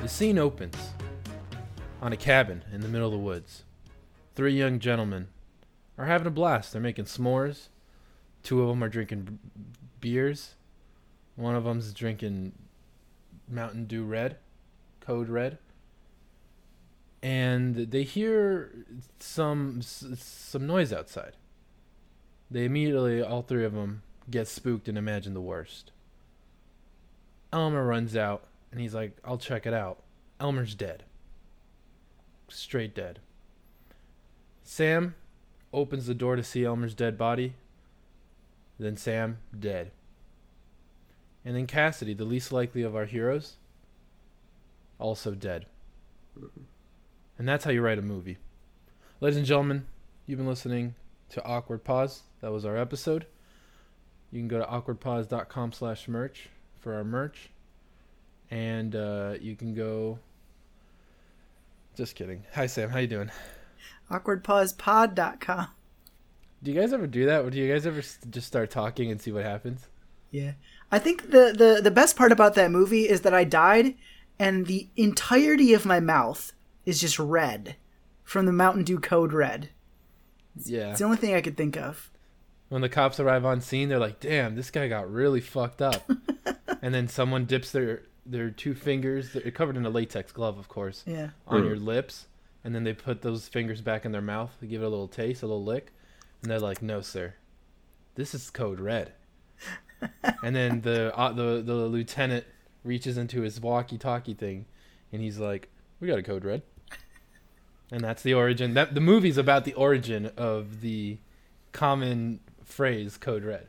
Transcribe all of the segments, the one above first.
The scene opens on a cabin in the middle of the woods. Three young gentlemen are having a blast. They're making s'mores. Two of them are drinking b- beers. One of them's drinking Mountain Dew Red, Code Red. And they hear some s- some noise outside. They immediately, all three of them, get spooked and imagine the worst. Elmer runs out and he's like, I'll check it out. Elmer's dead. Straight dead. Sam opens the door to see Elmer's dead body. Then Sam, dead. And then Cassidy, the least likely of our heroes, also dead. And that's how you write a movie. Ladies and gentlemen, you've been listening to Awkward Pause. That was our episode. You can go to awkwardpause.com slash merch for our merch. And uh, you can go... Just kidding. Hi, Sam. How you doing? awkwardpausepod.com. Do you guys ever do that? Or do you guys ever s- just start talking and see what happens? Yeah. I think the, the the best part about that movie is that I died and the entirety of my mouth is just red from the Mountain Dew code red. Yeah. It's the only thing I could think of. When the cops arrive on scene, they're like, "Damn, this guy got really fucked up." and then someone dips their their two fingers, they're covered in a latex glove, of course, Yeah. on your lips, and then they put those fingers back in their mouth, they give it a little taste, a little lick, and they're like, "No, sir, this is code red." and then the uh, the the lieutenant reaches into his walkie-talkie thing, and he's like, "We got a code red." And that's the origin. That the movie's about the origin of the common phrase code red.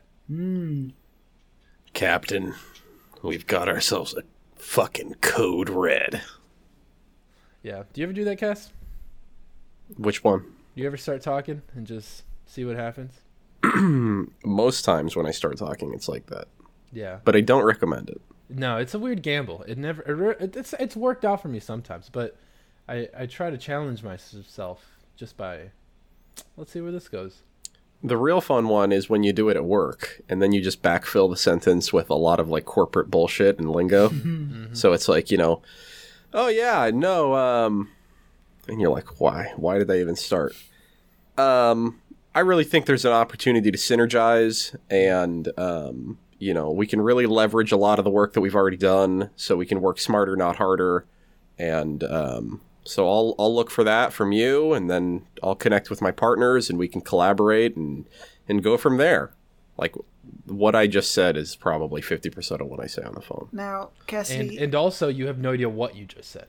Captain, we've got ourselves a fucking code red. Yeah. Do you ever do that, Cass? Which one? You ever start talking and just see what happens? Most times when I start talking, it's like that. Yeah. But I don't recommend it. No, it's a weird gamble. It never. It, re- it's it's worked out for me sometimes, but I I try to challenge myself just by. Let's see where this goes. The real fun one is when you do it at work and then you just backfill the sentence with a lot of like corporate bullshit and lingo. So it's like, you know, oh yeah, no, um and you're like, why? Why did I even start? Um I really think there's an opportunity to synergize and um you know, we can really leverage a lot of the work that we've already done so we can work smarter, not harder. And um so I'll I'll look for that from you, and then I'll connect with my partners, and we can collaborate and and go from there. Like what I just said is probably fifty percent of what I say on the phone. Now, And Cassidy, and also, you have no idea what you just said.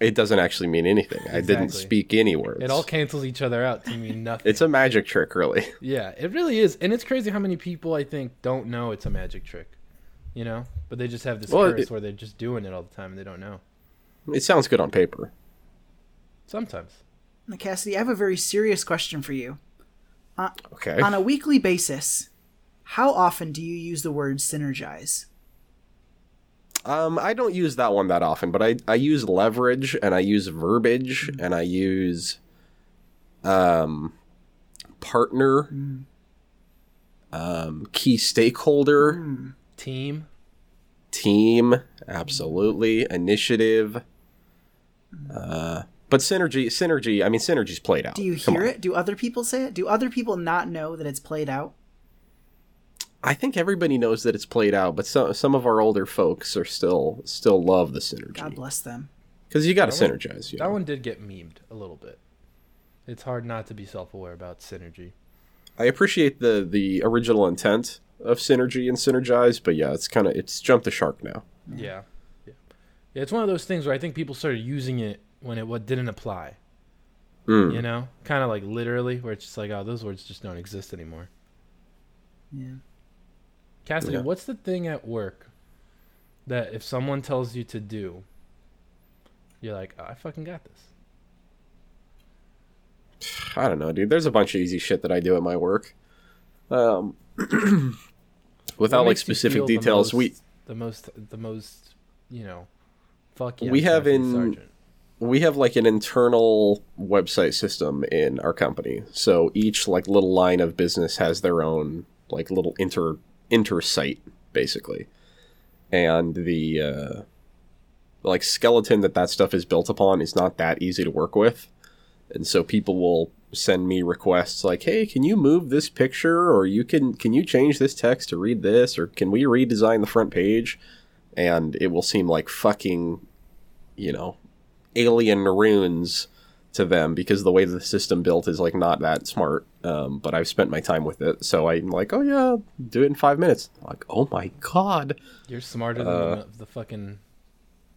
It doesn't actually mean anything. I didn't Exactly. speak any words. It all cancels each other out to mean nothing. it's a magic trick, really. yeah, it really is, and it's crazy how many people I think don't know it's a magic trick, you know. But they just have this Well, curse it- where they're just doing it all the time and they don't know. It sounds good on paper. Sometimes. Cassidy, I have a very serious question for you. Okay. On a weekly basis, how often do you use the word synergize? Um, I don't use that one that often, but I, I use leverage and I use verbiage Mm. and I use um, partner, Mm. um, key stakeholder, Mm. Team. team, absolutely, initiative. Uh, but synergy, synergy. I mean, synergy's played out. Mm. Do you Come hear on. it? Do other people say it? Do other people not know that it's played out? I think everybody knows that it's played out, but some some of our older folks are still still love the God synergy bless them. because you got to That one- synergize. You That know? one did get memed a little bit. It's hard not to be self-aware about synergy. I appreciate the the original intent of synergy and synergize, but yeah, it's kind of it's jumped the shark now. Yeah. yeah, yeah. It's one of those things where I think people started using it when it what didn't apply. Mm. You know, kind of like literally, where it's just like, oh, those words just don't exist anymore. Yeah. Cassidy, Yeah. what's the thing at work that if someone tells you to do, you're like, oh, I fucking got this. I don't know, dude. There's a bunch of easy shit that I do at my work. Um, without What like makes you feel specific the details, we most- the most the most you know, fuck yeah, We have Sergeant, in- Sergeant. we have like an internal website system in our company. So each like little line of business has their own like little inter inter site basically, and the uh, like skeleton that that stuff is built upon is not that easy to work with and so people will send me requests like hey can you move this picture or you can can you change this text to read this or can we redesign the front page and it will seem like fucking you know alien runes to them because the way the system built is like not that smart um, but i've spent my time with it so i'm like oh yeah do it in five minutes like oh my god You're smarter than the, the fucking.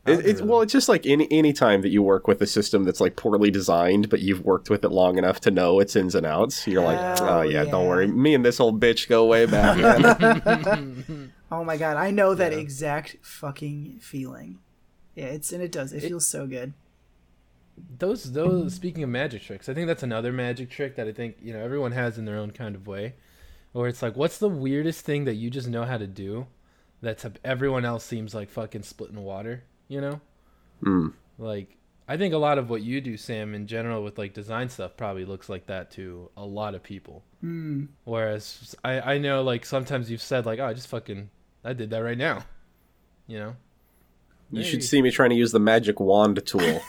uh, it, it's algorithm. well, it's just like any any time that you work with a system that's like poorly designed, but you've worked with it long enough to know its ins and outs. You're like, Oh, oh yeah, don't yeah. worry. Me and this old bitch go way back. man." Oh my god, I know that exact fucking feeling. Yeah, it's and it does. It, feels so good. those those speaking of magic tricks i think that's another magic trick that i think you know everyone has in their own kind of way or it's like what's the weirdest thing that you just know how to do that's everyone else seems like fucking splitting water you know like i think a lot of what you do sam in general with like design stuff probably looks like that to a lot of people Hmm. whereas i i know like sometimes you've said like oh i just fucking i did that right now you know you should Hey. see me trying to use the magic wand tool.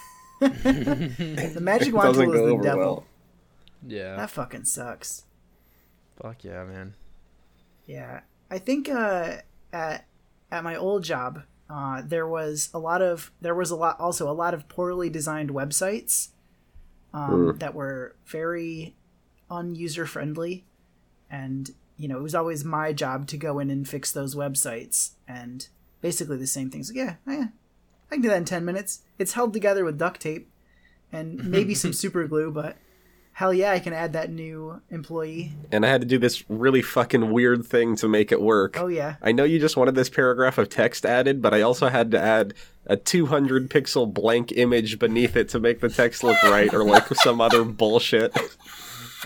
The magic It wand doesn't tool is go the over devil. well. yeah That fucking sucks. fuck yeah man Yeah, I think uh, at at my old job, uh, there was a lot of there was a lot also a lot of poorly designed websites um, that were very unuser friendly, and you know it was always my job to go in and fix those websites, and basically the same things. Yeah, yeah, I can do that in ten minutes. It's held together with duct tape and maybe some super glue, but hell yeah, I can add that new employee. And I had to do this really fucking weird thing to make it work. Oh yeah. I know you just wanted this paragraph of text added, but I also had to add a 200 pixel blank image beneath it to make the text look right, or like some other bullshit.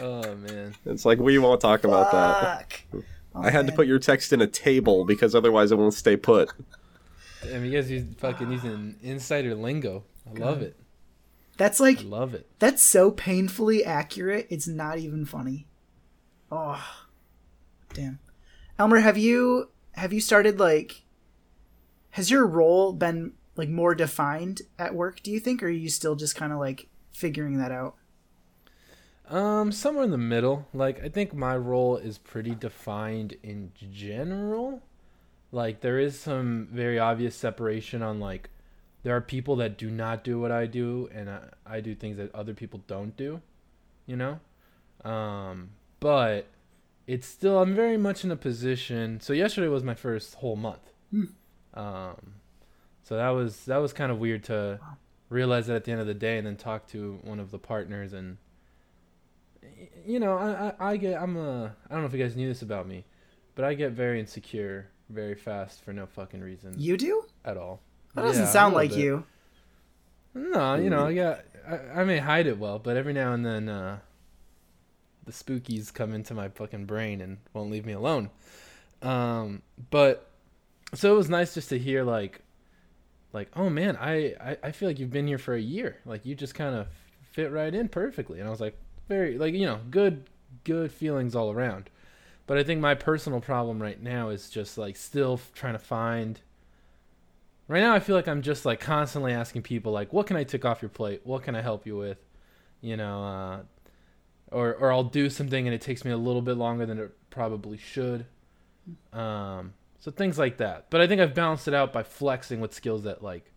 oh man It's like we won't talk about that. Fuck. Oh, I had to put your text in a table because otherwise it won't stay put. Damn, you guys use fucking using insider lingo. I love it. That's like I love it. that's so painfully accurate. It's not even funny. Oh, damn. Elmer, have you have you started like? Has your role been like more defined at work? Do you think, or are you still just kind of like figuring that out? Um, somewhere in the middle. Like I think my role is pretty defined in general. Like there is some very obvious separation on like there are people that do not do what I do and I, I do things that other people don't do, you know? Um, but it's still I'm very much in a position. So yesterday was my first whole month. Um, so that was that was kind of weird to realize that at the end of the day and then talk to one of the partners and you know, I, I, I get I'm a I don't know if you guys knew this about me, but I get very insecure very fast for no fucking reason You do? at all. That Yeah, doesn't a sound little like bit. you. No, you know, I got I, I may hide it well, but every now and then uh the spookies come into my fucking brain and won't leave me alone. Um but so it was nice just to hear like like, oh man, I, I, I feel like you've been here for a year. Like you just kind of fit right in perfectly. And I was like, very like, you know, good good feelings all around. But I think my personal problem right now is just like still f- trying to find right now i feel like i'm just like constantly asking people like what can i take off your plate what can i help you with you know uh, or or i'll do something and it takes me a little bit longer than it probably should um, so things like that but i think i've balanced it out by flexing with skills that like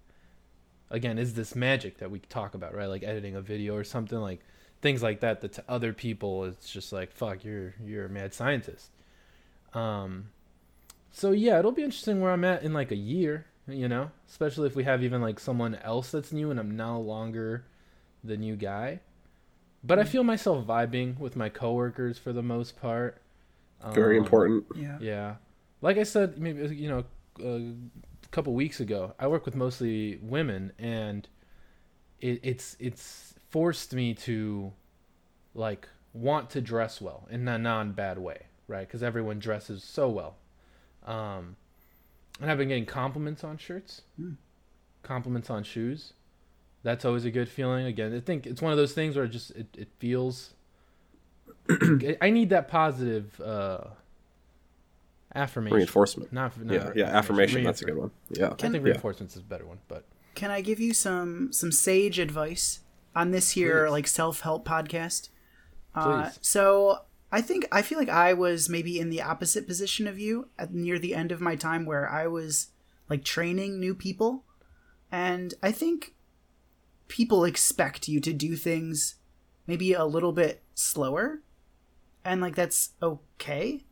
again is this magic that we talk about right like editing a video or something like things like that that to other people it's just like fuck you're you're a mad scientist um, so yeah, it'll be interesting where I'm at in like a year, you know, especially if we have even like someone else that's new and I'm no longer the new guy. But I feel myself vibing with my coworkers for the most part. Very Um, important. Yeah. Yeah, like I said, maybe uh, you know, a couple weeks ago, I work with mostly women, and it, it's it's forced me to like want to dress well in a non bad way, right? Because everyone dresses so well, um, and I've been getting compliments on shirts, compliments on shoes. That's always a good feeling. Again, I think it's one of those things where it just it, it feels. I need that positive uh, affirmation. Reinforcement. Not, not Yeah, yeah, affirmation. That's a good one. Yeah. I think Yeah. reinforcements is a better one, but Can I give you some some sage advice on this here Please. like self help podcast? Uh, Please. so I think I feel like I was maybe in the opposite position of you at near the end of my time where I was like training new people, and I think people expect you to do things maybe a little bit slower, and like that's okay,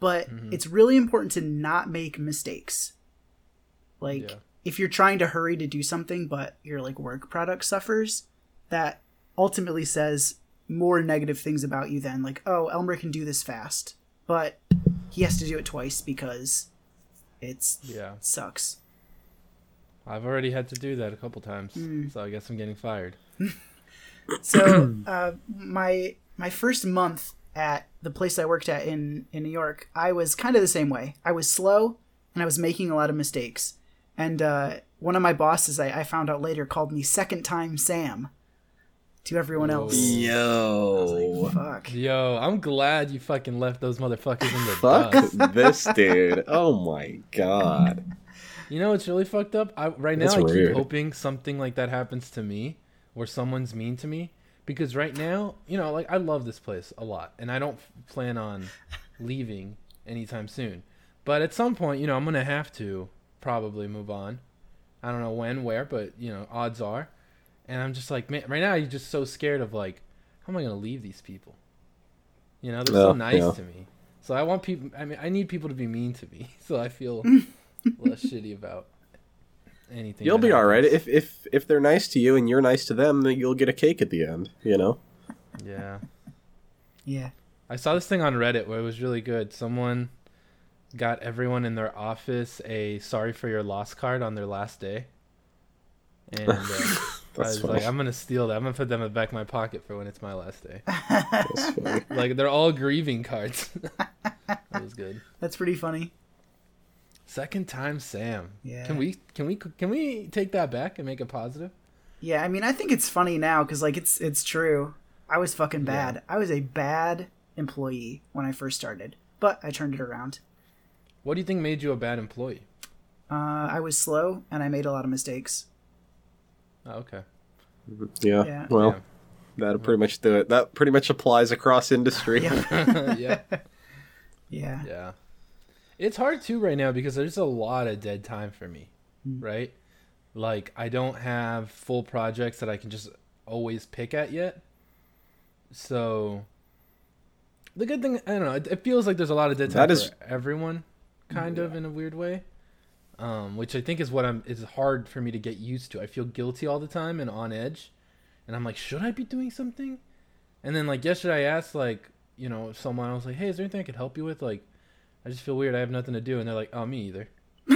but Mm-hmm. it's really important to not make mistakes. Like Yeah. if you're trying to hurry to do something, but your like work product suffers, that ultimately says more negative things about you than like, oh, Elmer can do this fast, but he has to do it twice because it's Yeah. sucks. I've already had to do that a couple times, so I guess I'm getting fired. So uh, my my first month at the place I worked at in in New York, I was kind of the same way. I was slow and I was making a lot of mistakes. And uh, one of my bosses, I, I found out later, called me second time Sam to everyone else. Ooh. Yo. Fuck. Yo, I'm glad you fucking left those motherfuckers in the Fuck dust. this dude. Oh my god. You know what's really fucked up? I, right now, That's I weird. keep hoping something like that happens to me, where someone's mean to me. Because right now, you know, like I love this place a lot, and I don't f- plan on leaving anytime soon. But at some point, you know, I'm gonna have to probably move on. I don't know when, where, but you know, odds are. And I'm just like, man, right now, you're just so scared of like, how am I gonna leave these people? You know, they're Oh, so nice yeah. to me. So I want people. I mean, I need people to be mean to me, so I feel less shitty about anything. You'll that be all right. happens. If if if they're nice to you and you're nice to them, then you'll get a cake at the end. You know. yeah. Yeah. I saw this thing on Reddit where it was really good. Someone got everyone in their office a sorry for your loss card on their last day. And uh, I was funny. like, I'm going to steal that. I'm going to put them in the back of my pocket for when it's my last day. That's funny. like, they're all grieving cards. that was good. That's pretty funny. Second time Sam. Yeah. Can we can we can we take that back and make it positive? Yeah, I mean, I think it's funny now because like it's it's true. I was fucking Yeah. bad. I was a bad employee when I first started, but I turned it around. What do you think made you a bad employee? Uh, I was slow and I made a lot of mistakes. Oh, okay. Yeah. Yeah. Well, that'll pretty much do it. That pretty much applies across industry. Yeah. Yeah. yeah. Yeah, Yeah. It's hard too right now because there's a lot of dead time for me, right? Like I don't have full projects that I can just always pick at yet. So the good thing, I don't know, it, it feels like there's a lot of dead time That is- for everyone kind of in a weird way. Um, which I think is what I'm is hard for me to get used to. I feel guilty all the time and on edge. And I'm like, should I be doing something? And then like yesterday I asked like, you know, someone I was like, "Hey, is there anything I could help you with?" Like I just feel weird. I have nothing to do, and they're like, "Oh, me either."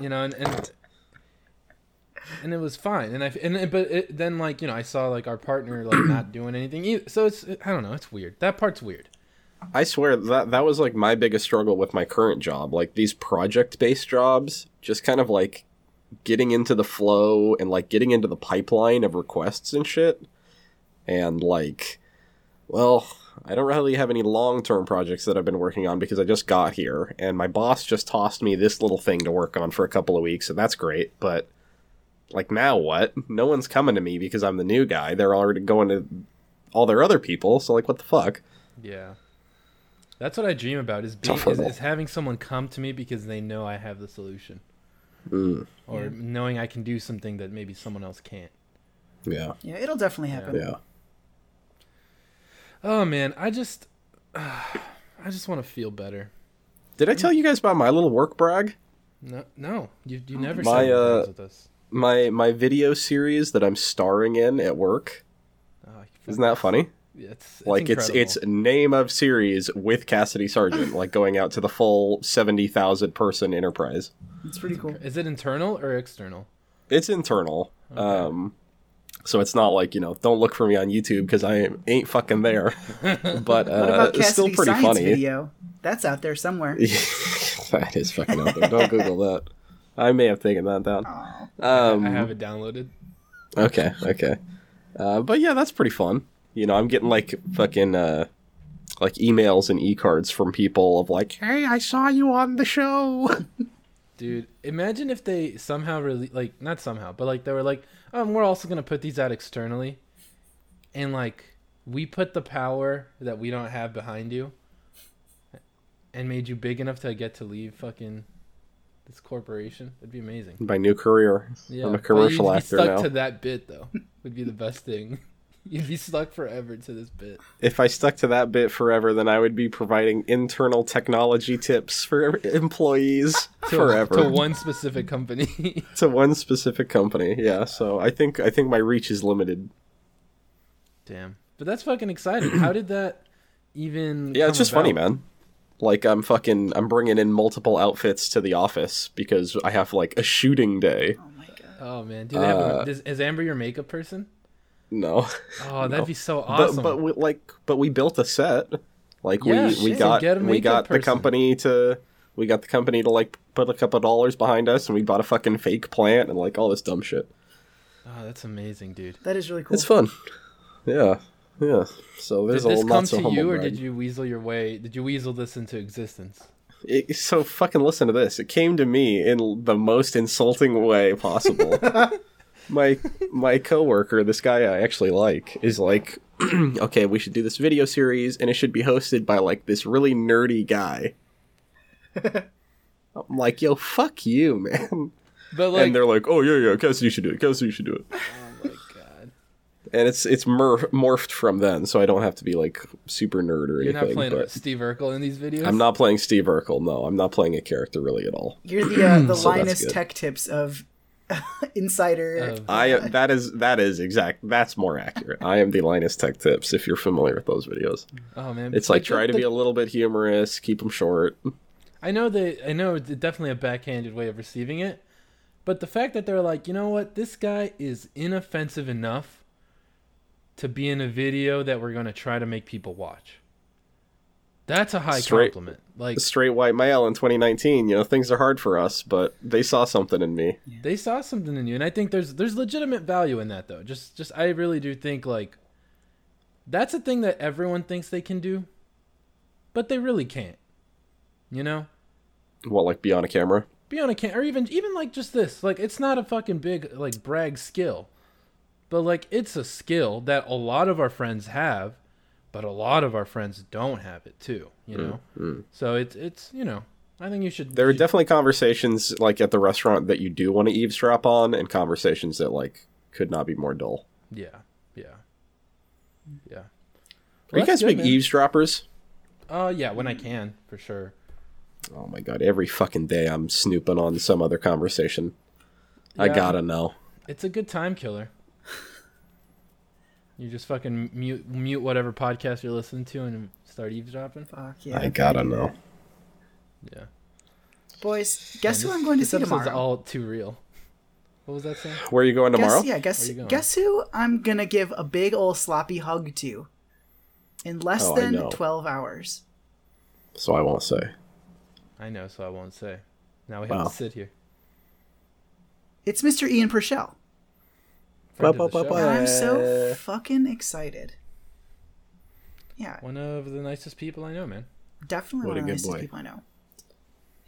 you know, and, and and it was fine. And I and it- but it, then like you know, I saw like our partner like not doing anything. Either. So it's I don't know. It's weird. That part's weird. I swear that that was like my biggest struggle with my current job. Like these project-based jobs, just kind of like getting into the flow and like getting into the pipeline of requests and shit. And like well, I don't really have any long-term projects that I've been working on because I just got here and my boss just tossed me this little thing to work on for a couple of weeks and that's great, but like now what? No one's coming to me because I'm the new guy. They're already going to all their other people, so like what the fuck? Yeah. That's what I dream about is being is, Terrible. is having someone come to me because they know I have the solution, or knowing I can do something that maybe someone else can't. Yeah. yeah, it'll definitely happen. Yeah. Oh man, I just I just want to feel better. Did I tell you guys about my little work brag? No, no, you you never My, said uh, with us. My my video series that I'm starring in at work. Oh, I Isn't that funny? Yeah, it's, it's like it's it's name of series with Cassidy Sargent, like going out to the full seventy thousand person enterprise. It's pretty cool. Is it internal or external? It's internal. Um so it's not like, you know, don't look for me on YouTube because I am- ain't fucking there. But What uh, about it's still Cassidy's pretty science funny. video? That's out there somewhere. that is fucking out there. Don't Google that. I may have taken that down. Aw. Um, I have it downloaded. Okay, okay. Uh, but yeah, that's pretty fun. You know, I'm getting like fucking uh, like emails and e cards from people of like, "Hey, I saw you on the show." Dude, imagine if they somehow really like not somehow, but like they were like, um, we're also gonna put these out externally, and like we put the power that we don't have behind you, and made you big enough to get to leave fucking this corporation. It'd be amazing. My new career. Yeah, I'm a but commercial you'd be actor stuck now. to that bit though. Would be the best thing. You'd be stuck forever to this bit. If I stuck to that bit forever, then I would be providing internal technology tips for employees To, forever. to one specific company. to one specific company. Yeah, so I think I think my reach is limited. Damn. But that's fucking exciting. How did that even? Yeah, it's come just funny, about? man. Like I'm fucking I'm bringing in multiple outfits to the office because I have like a shooting day. Oh my god. Oh man, do they have? Uh, a, does, is Amber your makeup person? No. Oh, that'd be so awesome. But but we, like but we built a set. Like Yeah, we we shit, got get a we makeup got the person. company to we got the company to like put a couple dollars behind us and we bought a fucking fake plant and like all this dumb shit. oh, that's amazing, dude. That is really cool. It's fun. Yeah. Yeah. So Did there's a this little come not so to humble you, or brag. did you weasel your way? Did you weasel this into existence? It, so fucking listen to this. It came to me in l- the most insulting way possible. my my coworker, this guy I actually like, is like, okay, we should do this video series, and it should be hosted by like this really nerdy guy. I'm like, yo, fuck you, man. But like, and they're like, oh yeah, yeah, Cassidy should do it. Cassidy should do it. oh my god, And it's it's mor- morphed from then, so I don't have to be like super nerd or you're anything. not playing but with Steve Urkel in these videos. I'm not playing Steve Urkel. No, I'm not playing a character really at all. You're the uh, the So that's Linus good. Oh. Tech Tips of Insider. Of- I that is that is exact. That's more accurate. I am the Linus Tech Tips. If you're familiar with those videos, oh man, it's like But try the- to be a little bit humorous, keep them short. I know they. I know it's definitely a backhanded way of receiving it, but the fact that they're like, you know what, this guy is inoffensive enough to be in a video that we're gonna try to make people watch. That's a high Straight- compliment. Like Straight white male in 2019. You know things are hard for us, but they saw something in me. they saw something in you, and I think there's there's legitimate value in that though. Just just I really do think like that's a thing that everyone thinks they can do, but they really can't. You know. What like be on a camera? be on a can or even even like just this like it's not a fucking big like brag skill but like it's a skill that a lot of our friends have but a lot of our friends don't have it too you know so it's it's you know i think you should Mm-hmm. There are you should- definitely conversations like at the restaurant that you do want to eavesdrop on, and conversations that like could not be more dull. yeah yeah yeah Are Well, you that's guys good, big man. eavesdroppers? uh yeah when i can for sure Oh my god! Every fucking day I'm snooping on some other conversation. I Yeah. gotta know. it's a good time killer you just fucking mute mute whatever podcast you're listening to and start eavesdropping Fuck yeah. I gotta know. yeah Boys, Man, guess who this- I'm going to this see episode's tomorrow? all too real. What was that saying? Where are you going tomorrow? Guess, yeah, guess Where you going? guess who I'm gonna give a big old sloppy hug to in less Oh, I know. than twelve hours. So I won't say. I know, so I won't say. Now we have Wow. to sit here. It's Mr. Ian Purcell. Friend Ba- of the ba- ba- show. And I'm Uh. so fucking excited. Yeah, One of the nicest people I know, man. definitely What one a of the good nicest boy. people I know.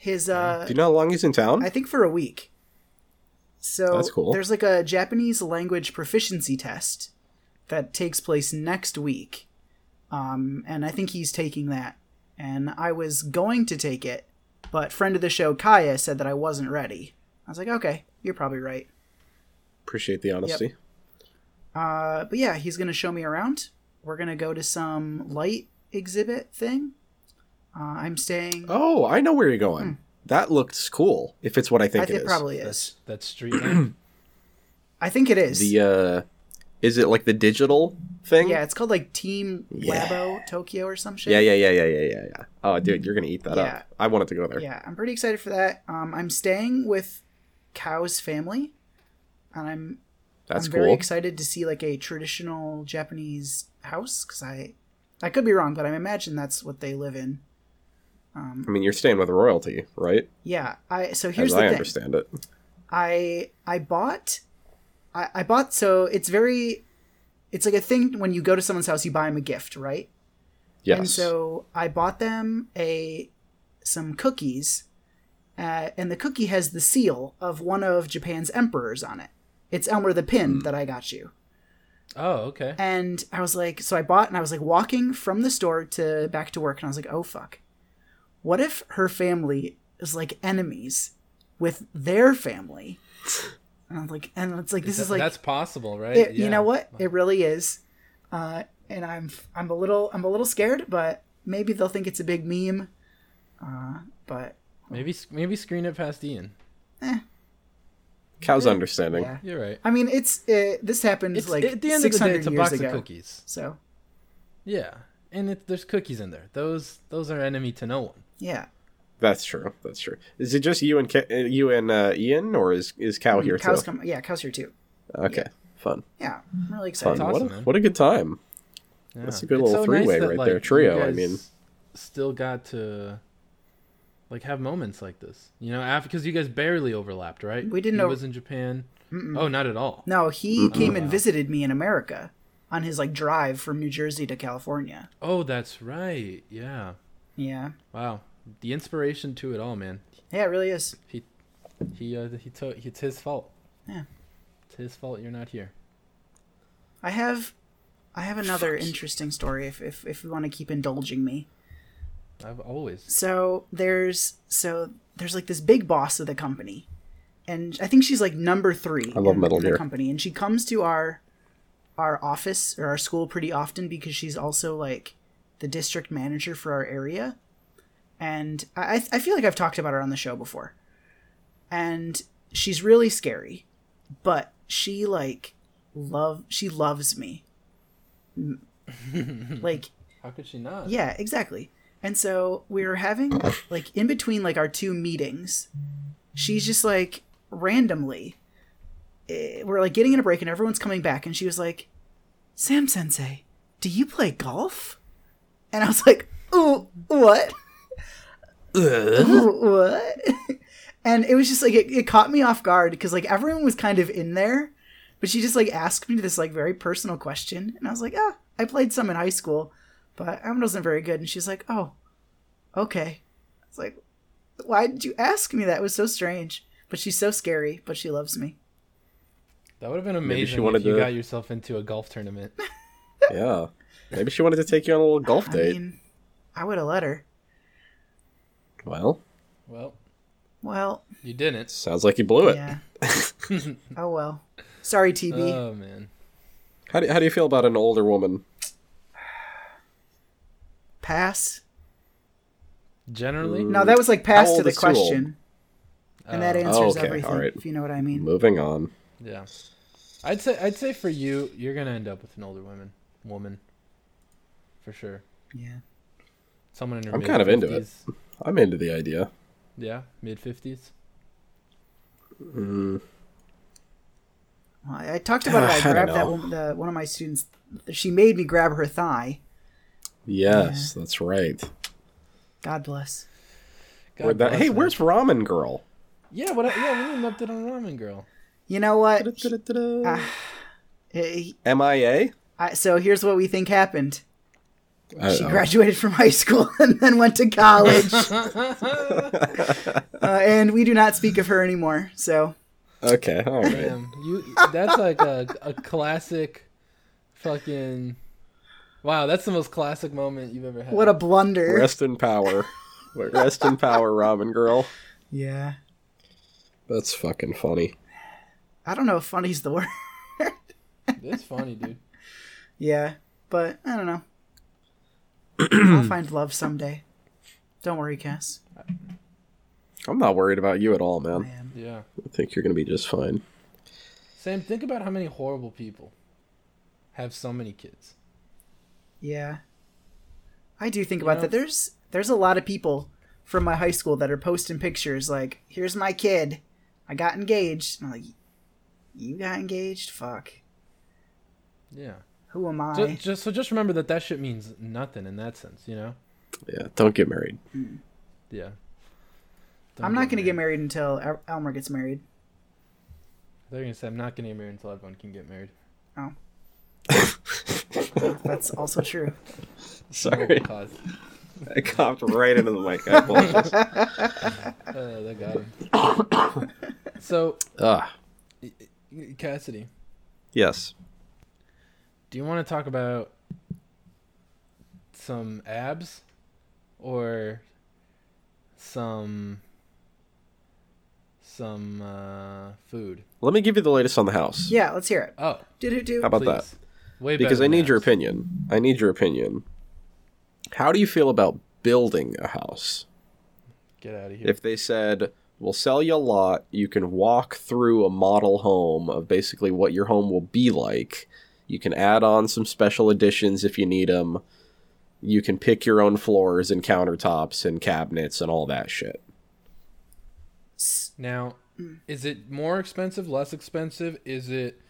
His uh Do you know how long he's in town? I think for a week. So That's cool. there's like a Japanese language proficiency test that takes place next week. Um, and I think he's taking that. And I was going to take it, but friend of the show Kaya said that I wasn't ready. I was like, okay, you're probably right. Appreciate the honesty. Uh, but yeah, he's gonna show me around. We're gonna go to some light exhibit thing. Uh, I'm staying. Oh, I know where you're going. That looks cool. If it's what I think I it think is. Hmm. probably is. That's that's street name. I think it is. The uh, is it like the digital thing? yeah, it's called like Team Yeah. Labo Tokyo or some shit. Yeah, yeah, yeah, yeah, yeah, yeah, yeah. Oh, dude, you're gonna eat that Yeah. up. I wanted to go there. yeah i'm pretty excited for that um i'm staying with cow's family and i'm That's i'm cool. very excited to see like a traditional japanese house because i i could be wrong but i imagine that's what they live in I mean, you're staying with royalty, right? yeah i so here's As the I thing understand it. i i bought I, I bought so it's very it's like a thing when you go to someone's house you buy them a gift right Yes. And so I bought them a some cookies uh, and the cookie has the seal of one of Japan's emperors on it. It's Elmer the Pin that I got you. Oh, okay. And I was like, so I bought, and I was like walking from the store to back to work, and I was like, oh fuck, what if her family is like enemies with their family? And I'm like, and it's like this Th- is like that's possible, right? it, Yeah. you know what it really is uh, and i'm i'm a little i'm a little scared but maybe they'll think it's a big meme uh, but Maybe maybe screen it past Ian. Cow's understanding. yeah You're right. i mean it's uh this happened It's like at the end of the 600 day, it's a years box ago of cookies. so Yeah, and it, there's cookies in there. Those those are enemy to no one. yeah That's true. That's true. Is it just you and Ca- uh, you and uh, Ian, or is is Cow here Mm-hmm. cows too? come yeah cows here too okay, fun, yeah i'm really fun. excited That's what, awesome, a, man. what a good time. Yeah. That's a good It's little nice three-way that, right like, there. you Trio, I guys mean. still got to like have moments like this, you know, after because you guys barely overlapped, right? We didn't He over- was in Japan. Oh, not at all. no he Mm-hmm. came and visited me in america on his like drive from new jersey to california Oh, that's right. Yeah. yeah Wow. The inspiration to it all, man. yeah it really is He uh, he took it's his fault. Yeah. It's his fault you're not here. I have, I have another interesting story if if if you want to keep indulging me. I've always. So there's so there's like this big boss of the company, and I think she's like number three. I love in, Metal in Gear. the company, and she comes to our our office or our school pretty often because she's also like the district manager for our area, and I I- I feel like I've talked about her on the show before, and she's really scary, but she like love she loves me, M- like How could she not? yeah, exactly. And so we were having like in between like our two meetings, she's just like randomly eh, we're like getting in a break and everyone's coming back and she was like, "Sam Sensei, do you play golf?" And I was like, "Ooh, what?" Ooh, what? and it was just like it, it caught me off guard because like everyone was kind of in there, but she just like asked me this like very personal question, and I was like, ah, I played some in high school, but I wasn't very good. And she's like, oh, okay. It's like, why did you ask me that? It was so strange. But she's so scary, but she loves me. That would have been Maybe she amazing wanted if you to- got yourself into a golf tournament. Yeah, maybe she wanted to take you on a little golf I date. mean, I would have let her. well, well, Well, you didn't. sounds like you blew it. yeah. oh well. Sorry, TB. Oh man. How do how do you feel about an older woman? pass. Generally, No, that was like pass How to old the is too old? Oh, question, and that uh, answers okay, Mm. everything. alright. If you know what I mean. Moving on. Yeah. I'd say I'd say for you, you're gonna end up with an older woman woman. For sure. Yeah. Someone in her I'm mid- kind of into it. 50s. I'm into the idea. Yeah, mid fifties. Well, I I talked about it. I I don't grabbed that know. woman, the, one of my students. She made me grab her thigh. Yes, that's right. God bless. Where'd that- hey, where's Ramen Girl? Yeah, what? Yeah, we need an update on Ramen Girl. Ah. You know what? Da-da-da-da. Eh, MIA? I- so here's what we think happened. I She don't know. graduated from high school and then went to college. uh, and we do not speak of her anymore. So Okay, all right. Damn, you. That's like a a classic, fucking. Wow, that's the most classic moment you've ever had. what a blunder. Rest in power. Rest in power, Ramen Girl. Yeah. That's fucking funny. I don't know if funny's the word. It's funny, dude. yeah. But I don't know. I'll find love someday. Don't worry, Cass. I'm not worried about you at all, man. Man. Yeah. I think you're gonna be just fine. Sam, think about how many horrible people have so many kids. Yeah. I do think about know? that. There's there's a lot of people from my high school that are posting pictures like, here's my kid. I got engaged. And I'm like, you got engaged? Fuck. Yeah. Who am I? So just so just remember that that shit means nothing in that sense, you know? Yeah, don't get married. Yeah. Don't I'm not going to get married until El- Elmer gets married. They're gonna say I'm not gonna get married until everyone can get married. That's also true. Sorry. Cause I coughed right into the mic. I apologize. Uh, they got him. so, Ah, Cassidy, yes. do you want to talk about some abs or some some uh, food? Let me give you the latest on the house. Yeah, let's hear it. Oh, Do do do. How about please. that? Way better Because I than need your abs. opinion. I need your opinion. How do you feel about building a house? Get out of here. If they said, "We'll sell you a lot, you can walk through a model home of basically what your home will be like. You can add on some special additions if you need them. You can pick your own floors and countertops and cabinets and all that shit." Now, is it more expensive, less expensive? Is it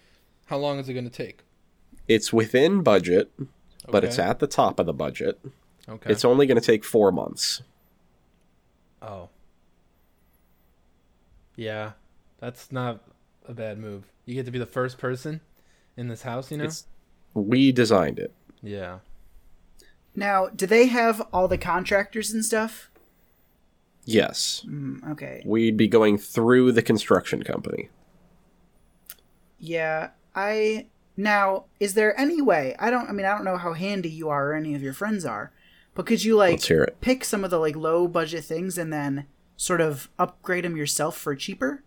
how long is it going to take? It's within budget, but it's Okay. at the top of the budget. Okay. It's only going to take 4 months. oh. Yeah. That's not a bad move. You get to be the first person in this house, you know? It's we designed it. Yeah. Now, do they have all the contractors and stuff? Yes. Mm, okay. We'd be going through the construction company. Yeah, I now is there any way? I don't. I mean, I don't know how handy you are or any of your friends are, but could you like Let's hear it. pick some of the like low budget things and then sort of upgrade them yourself for cheaper?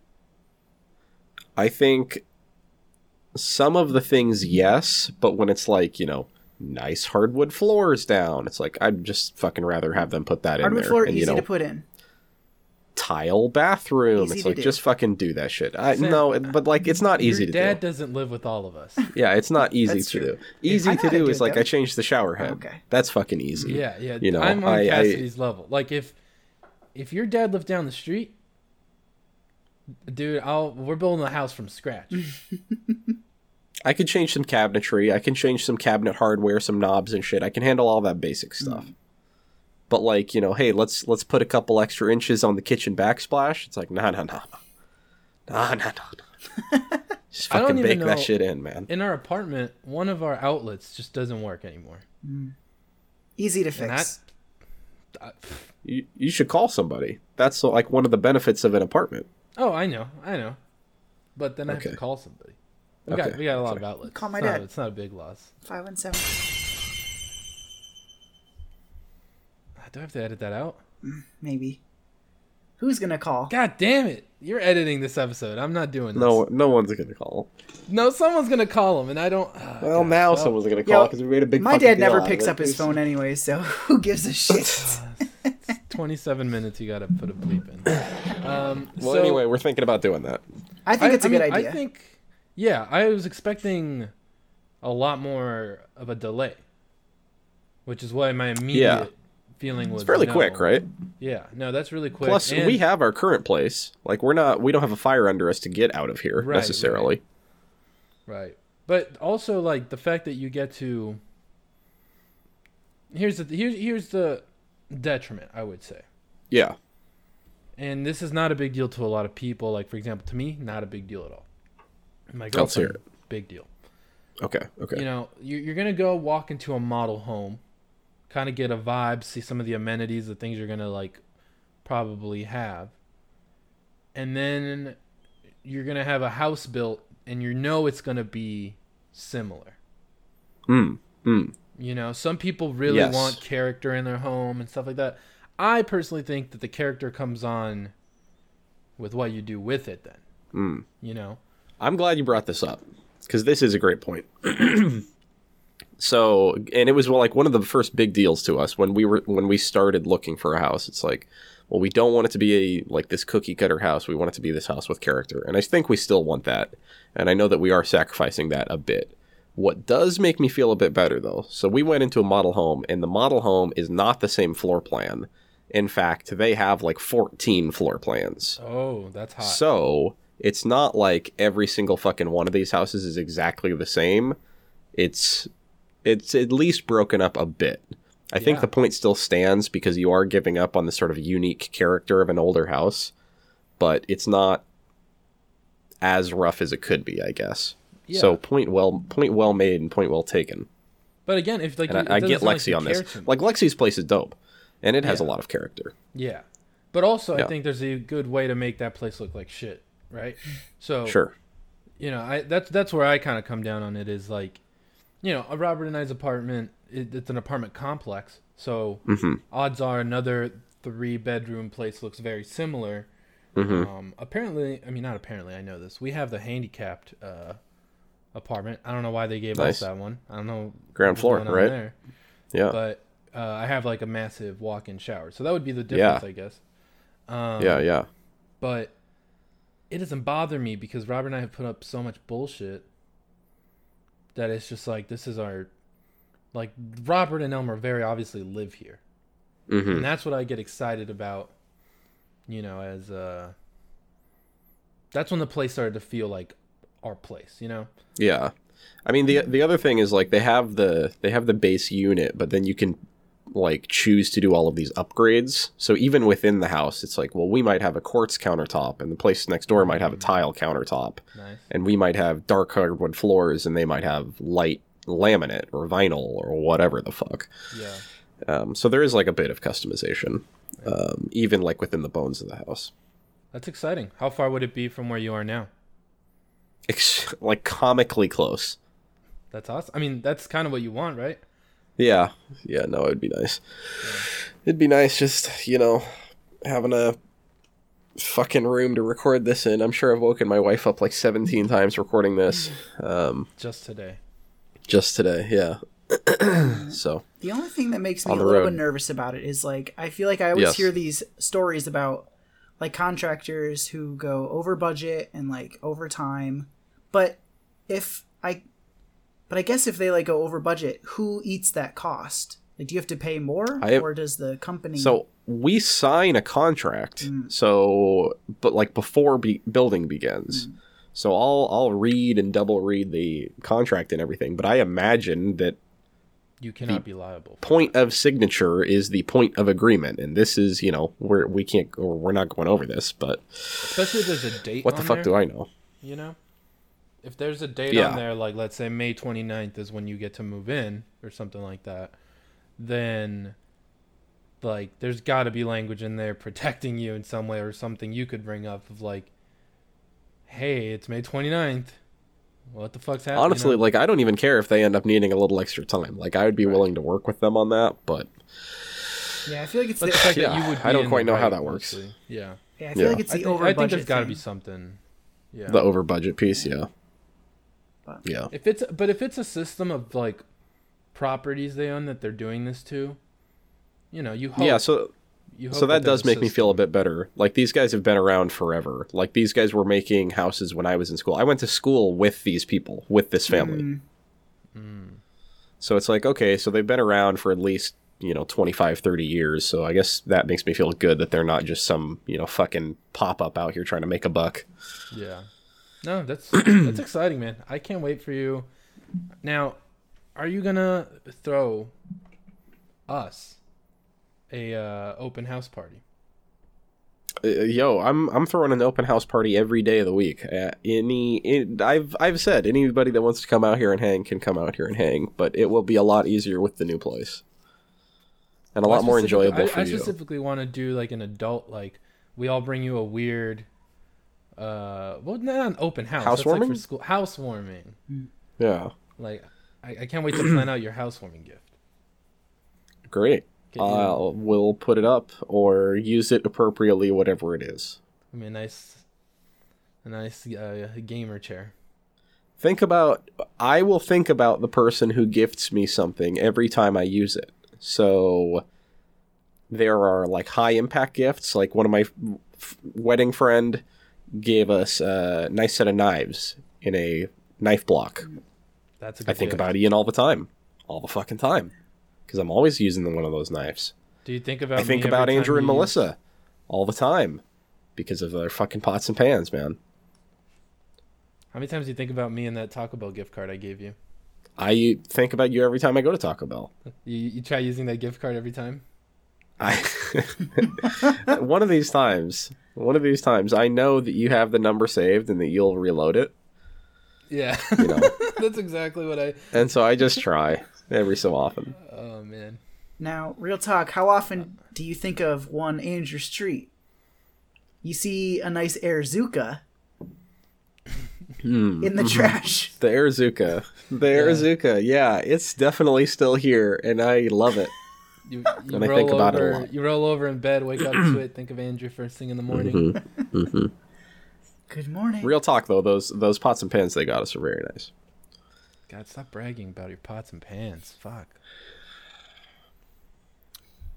I think some of the things, yes, but when it's like, you know, nice hardwood floors down, it's like, I'd just fucking rather have them put that in Hardwood there. floor, and, easy you know, to put in. tile bathroom. Easy it's to like, do. just fucking do that shit. I, Sam, no, it- but like, it's not easy Your to dad do. doesn't live with all of us. Yeah, it's not easy That's to true. do. Easy I know to how to do do is it, like, though. I changed the shower head. Okay. That's fucking easy. yeah, yeah. You know, I'm on I- I- Cassidy's level. Like if if your dad lived down the street, dude, I'll we're building a house from scratch. I could change some cabinetry. I can change some cabinet hardware, some knobs and shit. I can handle all that basic stuff. But like, you know, hey, let's let's put a couple extra inches on the kitchen backsplash. It's like, nah, nah, nah, nah, nah, nah. nah. Just I don't fucking even bake that know- shit in, man. in our apartment, one of our outlets just doesn't work anymore. Easy to And fix. that, I- You, you should call somebody. That's like one of the benefits of an apartment. oh, I know, I know. But then I have Okay. to call somebody. We got Okay, we got a lot of outlets. Call my it's not- dad. it's not a big loss. Five one seven. Ah, Do I have to edit that out? Maybe. Who's gonna call? God damn it! You're editing this episode. I'm not doing this. No, no one's gonna call. no, someone's gonna call him, and I don't. ah, Well, God. now Well, someone's gonna Yo, call because we made a big. My fucking dad deal never out of picks it. up his There's- phone anyway, so who gives a shit? 27 minutes. You gotta put a bleep in. Um, Well, so- anyway, we're thinking about doing that. I think it's a mean, good idea. I think, yeah, I was expecting a lot more of a delay, which is why my immediate Yeah. feeling was It's fairly no. quick, right? Yeah, no, that's really quick. Plus, and- we have our current place. Like, we're not, we don't have a fire under us to get out of here Right, necessarily. right, but also like the fact that you get to. Here's the here's here's the detriment I would say, Yeah. and this is not a big deal to a lot of people. Like for example, to me, not a big deal at all. My Let's hear girlfriend, big deal. Okay. Okay. you know you- you're gonna go walk into a model home kind of get a vibe see some of the amenities the things you're gonna like probably have and then you're gonna have a house built and you know it's gonna be similar Mm, mm. you know some people really Yes. want character in their home and stuff like that i personally think that the character comes on with what you do with it then Mm. you know I'm glad you brought this up because this is a great point. so, and it was well, like one of the first big deals to us when we were, when we started looking for a house. It's like, well, we don't want it to be a, like this cookie cutter house. We want it to be this house with character. And I think we still want that. And I know that we are sacrificing that a bit. What does make me feel a bit better though, so we went into a model home, and the model home is not the same floor plan. In fact, they have like 14 floor plans. oh that's hot So it's not like every single fucking one of these houses is exactly the same. It's it's at least broken up a bit. I think Yeah. the point still stands because you are giving up on the sort of unique character of an older house, but it's not as rough as it could be, I guess. So Yeah. point well point well made and point well taken. but again if like And you- it I, I doesn't get sound like Lexi you on care this. too much. Like Lexi's place is dope. and it has a lot of character. Yeah. But also, I Yeah. think there's a good way to make that place look like shit, right? So, Sure. you know, I that's that's where I kind of come down on it is like, you know, a Robert and I's apartment, it, it's an apartment complex, so Mm-hmm. odds are another three bedroom place looks very similar. Mm-hmm. Um, apparently, I mean, not apparently, I know this. We have the handicapped uh, apartment. I don't know why they gave us Nice. that one. I don't know Ground what's floor, going on right? there Yeah. but uh, I have like a massive walk-in shower, so that would be the difference, Yeah. I guess. Um, yeah. Yeah. But it doesn't bother me because Robert and I have put up so much bullshit that it's just like this is our, like Robert and Elmer very obviously live here, hmm and that's what I get excited about. You know, as uh, that's when the place started to feel like our place. You know, Yeah. I mean the the other thing is like they have the they have the base unit, but then you can like choose to do all of these upgrades. So even within the house, it's like, well, we might have a quartz countertop and the place next door might have a tile countertop nice. and we might have dark hardwood floors and they might have light laminate or vinyl or whatever the fuck. Yeah. Um, so there is like a bit of customization um, even like within the bones of the house. That's exciting. How far would it be from where you are now? Ex- like comically close. That's awesome. I mean, that's kind of what you want, right? Yeah, yeah, no, it'd be nice. It'd be nice just, you know, having a fucking room to record this in. I'm sure I've woken my wife up like 17 times recording this um, Just today. just today, yeah. so, The only thing that makes me a On the little bit road. nervous about it is like I feel like I always Yes. hear these stories about like contractors who go over budget and like over time. But if I but I guess if they like go over budget, who eats that cost? Like do you have to pay more I- or does the company so we sign a contract. So, but like before be- building begins. So I'll I'll read and double read the contract and everything, but I imagine that You cannot be liable. point of signature is the point of agreement, and this is you know we're we can't or we're not going over this, but Especially if there's a date what the on fuck there, do I know? You know? If there's a date Yeah. on there, like let's say May 29th is when you get to move in or something like that, then like there's got to be language in there protecting you in some way or something you could bring up of like, hey, it's May 29th. What the fuck's happening? Honestly, like I don't even care if they end up needing a little extra time. Like I would be willing to work with them on that, but Yeah, I feel like it's the, but the fact that yeah, you would be I don't in quite the know how right, that works. mostly. Yeah. yeah, I feel yeah. like it's I the think, over I budget. think there's got to be thing. something. Yeah. the over budget piece, yeah, But- yeah, If it's but if it's a system of like properties they own that they're doing this to, you know, you hope yeah. So you hope so that there's does a make me system. feel a bit better. Like these guys have been around forever. Like these guys were making houses when I was in school. I went to school with these people, with this family. Mm. So it's like, okay, so they've been around for at least, you know, 25, 30 years. So I guess that makes me feel good that they're not just some, you know, fucking pop up out here trying to make a buck. Yeah. No, that's that's exciting, man. I can't wait for you. Now, are you gonna throw us a uh, open house party? Uh, yo, I'm I'm throwing an open house party every day of the week. Uh, any in- I've I've said anybody that wants to come out here and hang can come out here and hang, but it will be a lot easier with the new place. And a lot I more specifically- enjoyable I, for I you. specifically want to do like an adult, like we all bring you a weird, uh, well, not an open house. that's, like, Housewarming? for school. Housewarming. yeah. Like, I, I can't wait to plan out your housewarming gift. Great. Get you- Uh, we'll put it up or use it appropriately, whatever it is. I mean, a nice, a nice uh, gamer chair. Think about I will think about the person who gifts me something every time I use it. So there are like high impact gifts, like one of my f- f- wedding friend gave us a nice set of knives in a knife block. That's a good I think gift. about Ian all the time, all the fucking time, because I'm always using one of those knives. Do you think about? I think me every about time Andrew and you- Melissa all the time because of their fucking pots and pans, man. How many times do you think about me and that Taco Bell gift card I gave you? I think about you every time I go to Taco Bell. You, you try using that gift card every time. I one of these times, one of these times, I know that you have the number saved and that you'll reload it. Yeah, You know, that's exactly what I. and so I just try every so often. Oh man, Now, real talk, how often do you think of one Andrew Street? You see a nice Airzuka in the trash. The Airzuka. The Airzuka. Yeah, it's definitely still here, and I love it. You, you And I roll think about it a over, lot. You roll over in bed, wake up to it, think of Andrew first thing in the morning. Mm-hmm. Good morning. Real talk though, those those pots and pans they got us are very nice. God, stop bragging about your pots and pans. Fuck.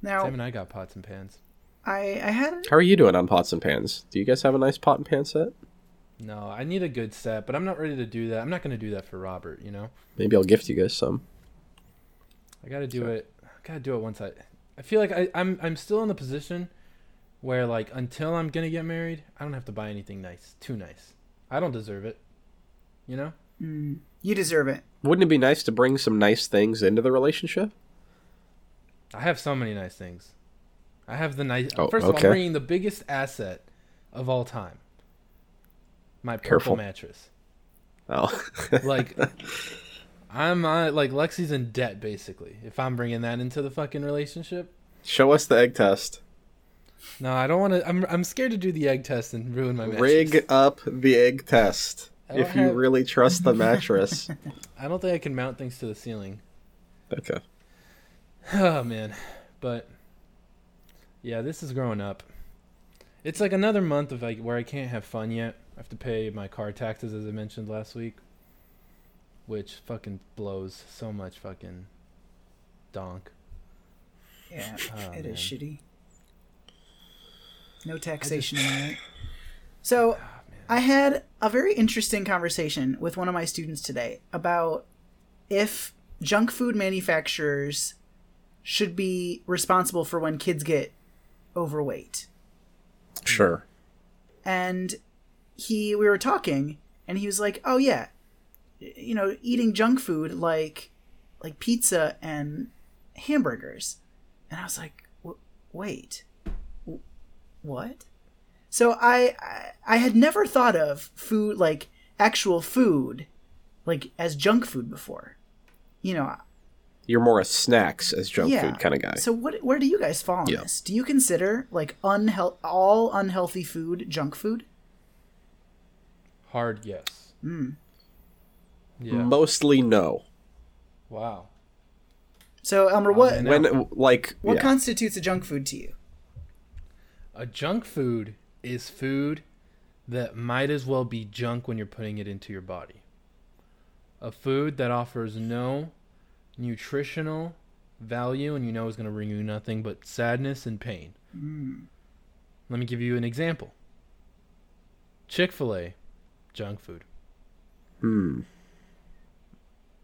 now, Sam and I got pots and pans. I, I had How are you doing on pots and pans? Do you guys have a nice pot and pan set? No, I need a good set, but I'm not ready to do that. I'm not going to do that for Robert, you know? Maybe I'll gift you guys some. I gotta do it. I gotta do it once I. I feel like I, I'm I'm still in the position where like until I'm gonna get married, I don't have to buy anything nice, too nice. I don't deserve it. You know? you deserve it. Wouldn't it be nice to bring some nice things into the relationship? I have so many nice things. I have the nice. Oh, first of all, okay. I'm bringing the biggest asset of all time. My purple Careful. mattress. Oh, Like. I'm uh, like Lexi's in debt basically. If I'm bringing that into the fucking relationship, show us the egg test. no, I don't want to. I'm I'm scared to do the egg test and ruin my mattress. Rig up the egg test. I If don't you have- really trust the mattress. I don't think I can mount things to the ceiling. okay. Oh man, but yeah, this is growing up. It's like another month of like where I can't have fun yet. I have to pay my car taxes as I mentioned last week, which fucking blows so much fucking donk. Yeah, Oh, it is man. shitty. No taxation. am I right? Ah, So, I had a very interesting conversation with one of my students today about if junk food manufacturers should be responsible for when kids get overweight. Sure. and he we were talking and he was like oh yeah you know eating junk food like like pizza and hamburgers and i was like w- wait w- what so I, I i had never thought of food like actual food like as junk food before you know You're more a snacks as junk yeah food kind of guy. so what where do you guys fall on Yeah. this do you consider like unheal all unhealthy food junk food Hard yes. Yeah. Mm. Mostly no. Wow. so elmer what man, When like What yeah. constitutes a junk food to you? A junk food is food that might as well be junk when you're putting it into your body. A food that offers no nutritional value and you know is going to bring you nothing but sadness and pain. Let me give you an example Chick fil A, junk food.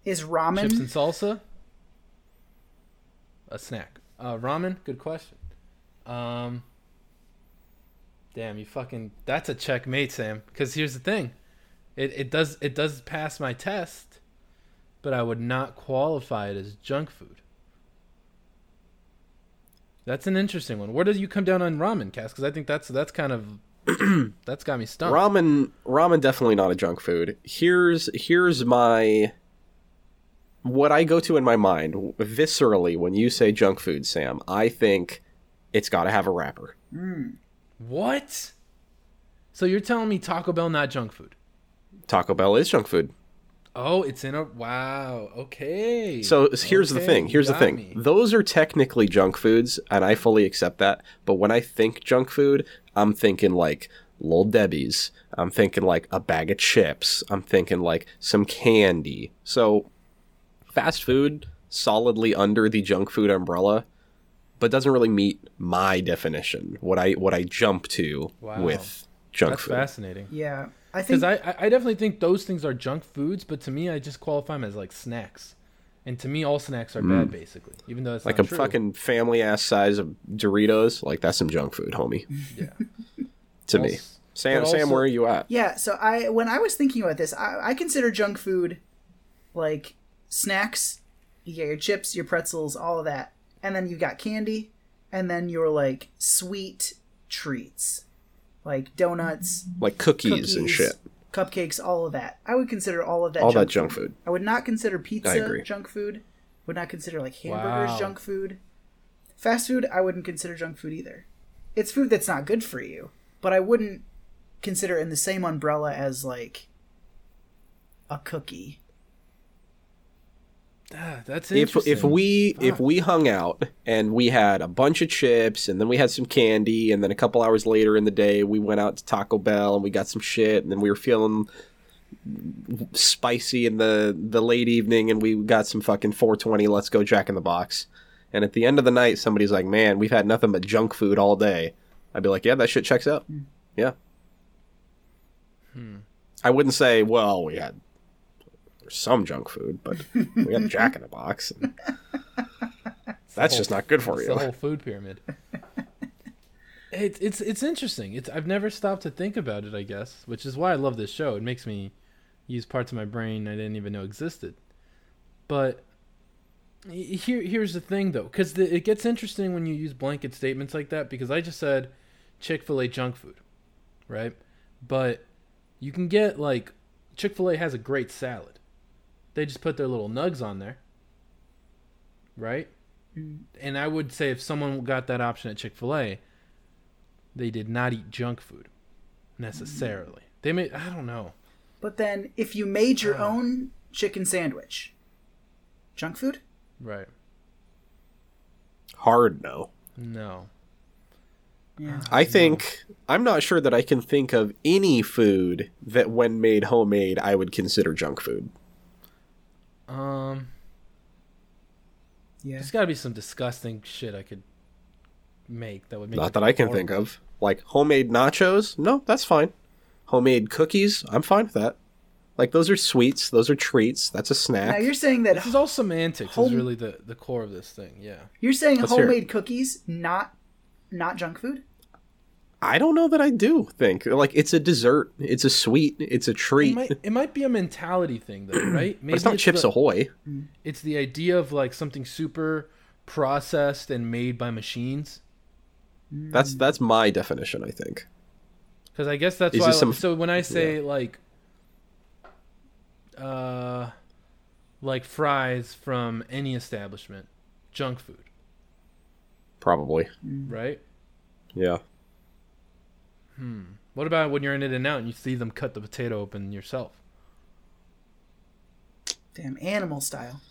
Is ramen? Chips and salsa, a snack. Uh, ramen, good question. Um, damn, you fucking. That's a checkmate, Sam. Because here's the thing, it it does it does pass my test, but I would not qualify it as junk food. That's an interesting one. Where do you come down on ramen, Cass? Because I think that's that's kind of that's got me stumped. ramen ramen definitely not a junk food here's here's my what i go to in my mind viscerally when you say junk food sam i think it's got to have a wrapper what? So you're telling me Taco Bell not junk food? taco bell is junk food Oh, it's in a wow. Okay. so here's the Okay, thing you here's the got thing me. those are technically junk foods and i fully accept that but when i think junk food i'm thinking like Lil Debbie's. I'm thinking like a bag of chips. I'm thinking like some candy. So fast food solidly under the junk food umbrella but doesn't really meet my definition what i what i jump to Wow. with junk That's food fascinating. yeah, I think Because I, I I definitely think those things are junk foods, but to me, I just qualify them as like snacks. And to me, all snacks are bad, basically. Even though that's Mm. like not a true. fucking family ass size of doritos like that's some junk food homie Yeah. to Als- me sam but sam also- where are you at yeah. So I when I was thinking about this, I, I consider junk food like snacks. You get your chips, your pretzels, all of that, and then you got candy, and then your like sweet treats, like donuts, like cookies, cookies, and shit cupcakes, all of that. I would consider all of that. all junk that junk food I would not consider pizza agree. junk food. Would not consider like hamburgers Wow. junk food. Fast food, I wouldn't consider junk food either. It's food that's not good for you, but I wouldn't consider it in the same umbrella as like a cookie. Ah, that's if interesting. if we if Fuck. we hung out and we had a bunch of chips and then we had some candy and then a couple hours later in the day we went out to Taco Bell and we got some shit and then we were feeling spicy in the the late evening and we got some fucking 420 let's go jack in the box and at the end of the night somebody's like man we've had nothing but junk food all day I'd be like yeah that shit checks out yeah I wouldn't say well we had some junk food but we had Jack in the Box and It's the That's whole- just not good for it's you. The whole food pyramid. it's it's it's interesting. It's I've never stopped to think about it. I guess, which is why I love this show. It makes me use parts of my brain I didn't even know existed. But y- here here's the thing though, because it gets interesting when you use blanket statements like that. Because I just said Chick Fil A junk food, right? But you can get like Chick Fil A has a great salad. They just put their little nugs on there, right? and I would say if someone got that option at Chick Fil A, they did not eat junk food necessarily. They may I don't know. But then if you made your own chicken sandwich, junk food? Right? Hard no. No. Yeah. I think I'm not sure that I can think of any food that when made homemade I would consider junk food. Um, Yeah. there's got to be some disgusting shit I could make that would make. Not that I can think of. Like homemade nachos? No, that's fine. Homemade cookies? I'm fine with that. Like those are sweets, those are treats, that's a Now snack. you're saying that This is all semantics. Home- Is really the the core of this thing. Yeah. you're saying Let's hear it. homemade cookies, not not junk food? I don't know that I do think. Like it's a dessert, it's a sweet, it's a It treat. might it might be a mentality thing though, right? Maybe but it's not chips the, ahoy. It's the idea of like something super processed and made by machines. Mm. That's that's my definition, I think. Because I guess that's Is why. this some- so when I say like, uh, like fries from any establishment, junk food, Probably. right? Yeah. What about when you're in it and out and you see them cut the potato open yourself? Damn, animal style.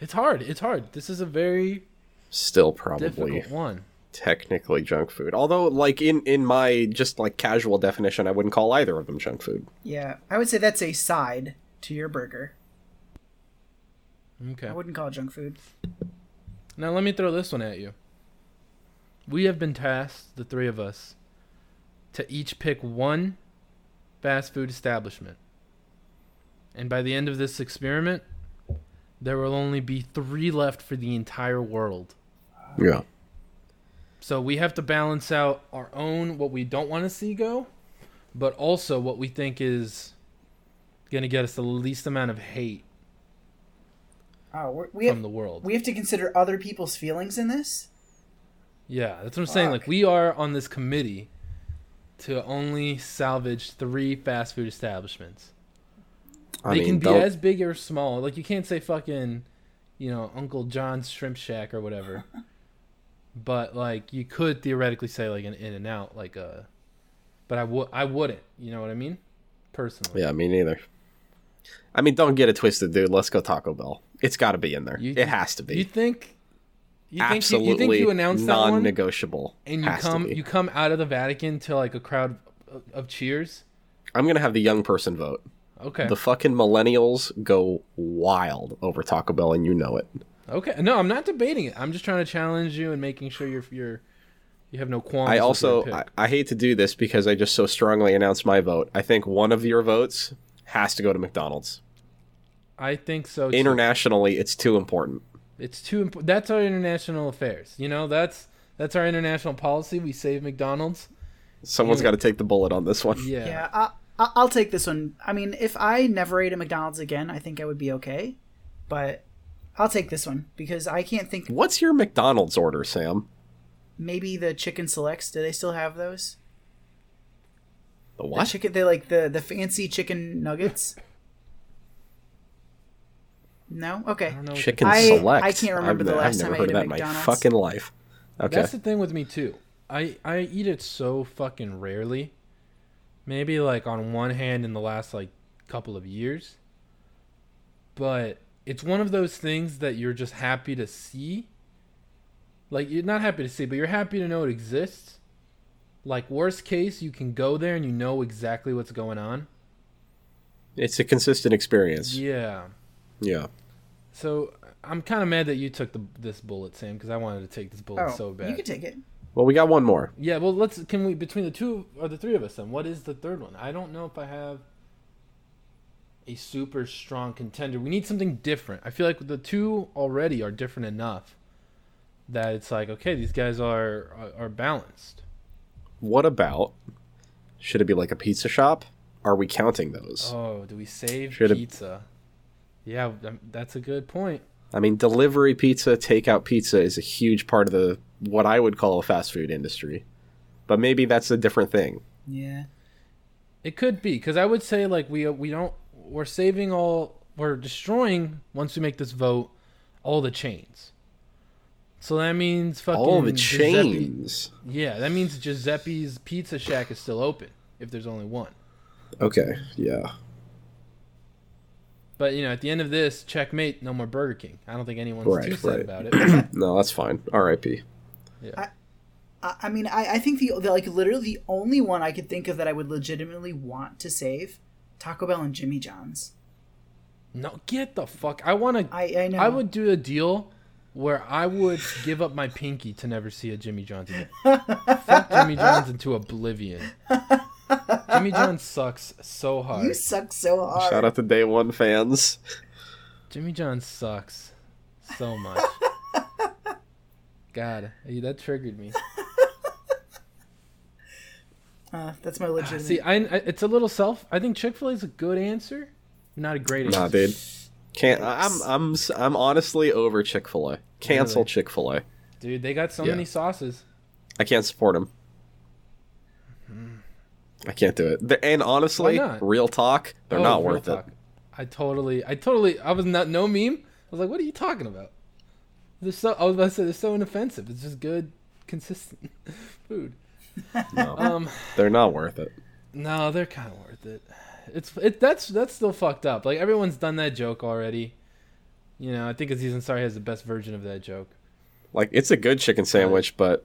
It's hard. It's hard. This is a very Still probably difficult one. technically junk food. Although, like in in my just like casual definition, I wouldn't call either of them junk food. Yeah. I would say that's a side to your burger. Okay. I wouldn't call it junk food. Now let me throw this one at you. We have been tasked, the three of us, to each pick one fast food establishment. And by the end of this experiment, there will only be three left for the entire world. Yeah. So we have to balance out our own what we don't want to see go, but also what we think is going to get us the least amount of hate Oh, we're, we from have the world. we have to consider other people's feelings in this. Yeah, that's what I'm saying. Like Fuck. we are on this committee to only salvage three fast food establishments. I they mean, can be don't- as big or small. Like you can't say fucking, you know, Uncle John's Shrimp Shack or whatever. but like you could theoretically say like an In and Out, like a. But I would I wouldn't. You know what I mean? Personally. yeah, me neither. I mean, don't get it twisted, dude. Let's go Taco Bell. It's got to be in there. You- it has to be. You think? You think you, Absolutely you think you announced that one? non-negotiable. and you Has to come be. you come out of the Vatican to like a crowd of, of cheers. I'm gonna have the young person vote. Okay. The fucking millennials go wild over Taco Bell, and you know it. Okay. No, I'm not debating it. I'm just trying to challenge you and making sure you're you're you have no qualms. I with also your pick. I, I hate to do this because I just so strongly announced my vote. I think one of your votes has to go to McDonald's. I think so. Too. Internationally, it's too important. it's too important. That's our international affairs. You know, that's that's our international policy. We save McDonald's. Someone's got to take the bullet on this one. Yeah. Yeah, I, I- I'll take this one. I mean, if I never ate at McDonald's again, I think I would be okay. But I'll take this one because I can't think. What's your McDonald's order, Sam? Maybe the chicken selects. Do they still have those? The The chicken. They like the the fancy chicken nuggets. No? Okay. I don't know. what the- Chicken I- select. I can't remember the I've, last I've time never I ate heard of at that in my McDonald's. fucking life. Okay. That's the thing with me too. I I eat it so fucking rarely. Maybe like on one hand in the last like couple of years. But it's one of those things that you're just happy to see. Like you're not happy to see, but you're happy to know it exists. Like worst case, you can go there and you know exactly what's going on. It's a consistent experience. Yeah. Yeah. So I'm kind of mad that you took the this bullet, Sam, because I wanted to take this bullet Oh, so bad. you can take it. Well, we got one more. Yeah, well, let's. Can we between the two or the three of us then? What is the third one? I don't know if I have a super strong contender. We need something different. I feel like the two already are different enough that it's like okay, these guys are are, are balanced. What about? Should it be like a pizza shop? Are we counting those? Oh, do we save Should've- pizza? Yeah, um, that's a good point. I mean, delivery pizza, takeout pizza is a huge part of the what I would call a fast food industry. But maybe that's a different thing. Yeah. It could be because I would say like we we don't we're saving all we're destroying once we make this vote all the chains. So that means fucking All the Giuseppe- chains. Yeah, that means Giuseppe's Pizza Shack is still open if there's only one. Okay, yeah. But you know, at the end of this, checkmate, no more Burger King. I don't think anyone's Right, too sad right. about it. No, that's fine. R.I.P. I, I mean, I, I think the, the like literally the only one I could think of that I would legitimately want to save, Taco Bell and Jimmy John's. no, get the fuck. I want to. I, I I know. would do a deal where I would give up my pinky to never see a Jimmy John's again. fuck Jimmy John's into oblivion. Jimmy John's sucks so hard. You suck so hard. Shout out to Day One fans. Jimmy John sucks so much. God, hey, that triggered me. Uh, that's my legitimate. See, I, I- it's a little self. I think Chick Fil A is a good answer, not a great answer. Nah, dude. Can't. I- I'm. I'm. s- I'm honestly over Chick Fil A. Cancel Really? Chick Fil A. Dude, they got so Yeah. many sauces. I can't support him. I can't do it. They're, and honestly, Mm-hmm. Why not? real talk, they're Oh, not real worth talk. I totally, I totally, I was not no meme. I was like, what are you talking about? They're so. I was about to say they're so inoffensive. It's just good, consistent food. it. No, Um, they're not worth it. no, they're kind of worth it. It's it that's that's still fucked up. Like everyone's done that joke already. You know, I think Aziz Ansari has the best version of that joke. Like it's a good chicken sandwich, but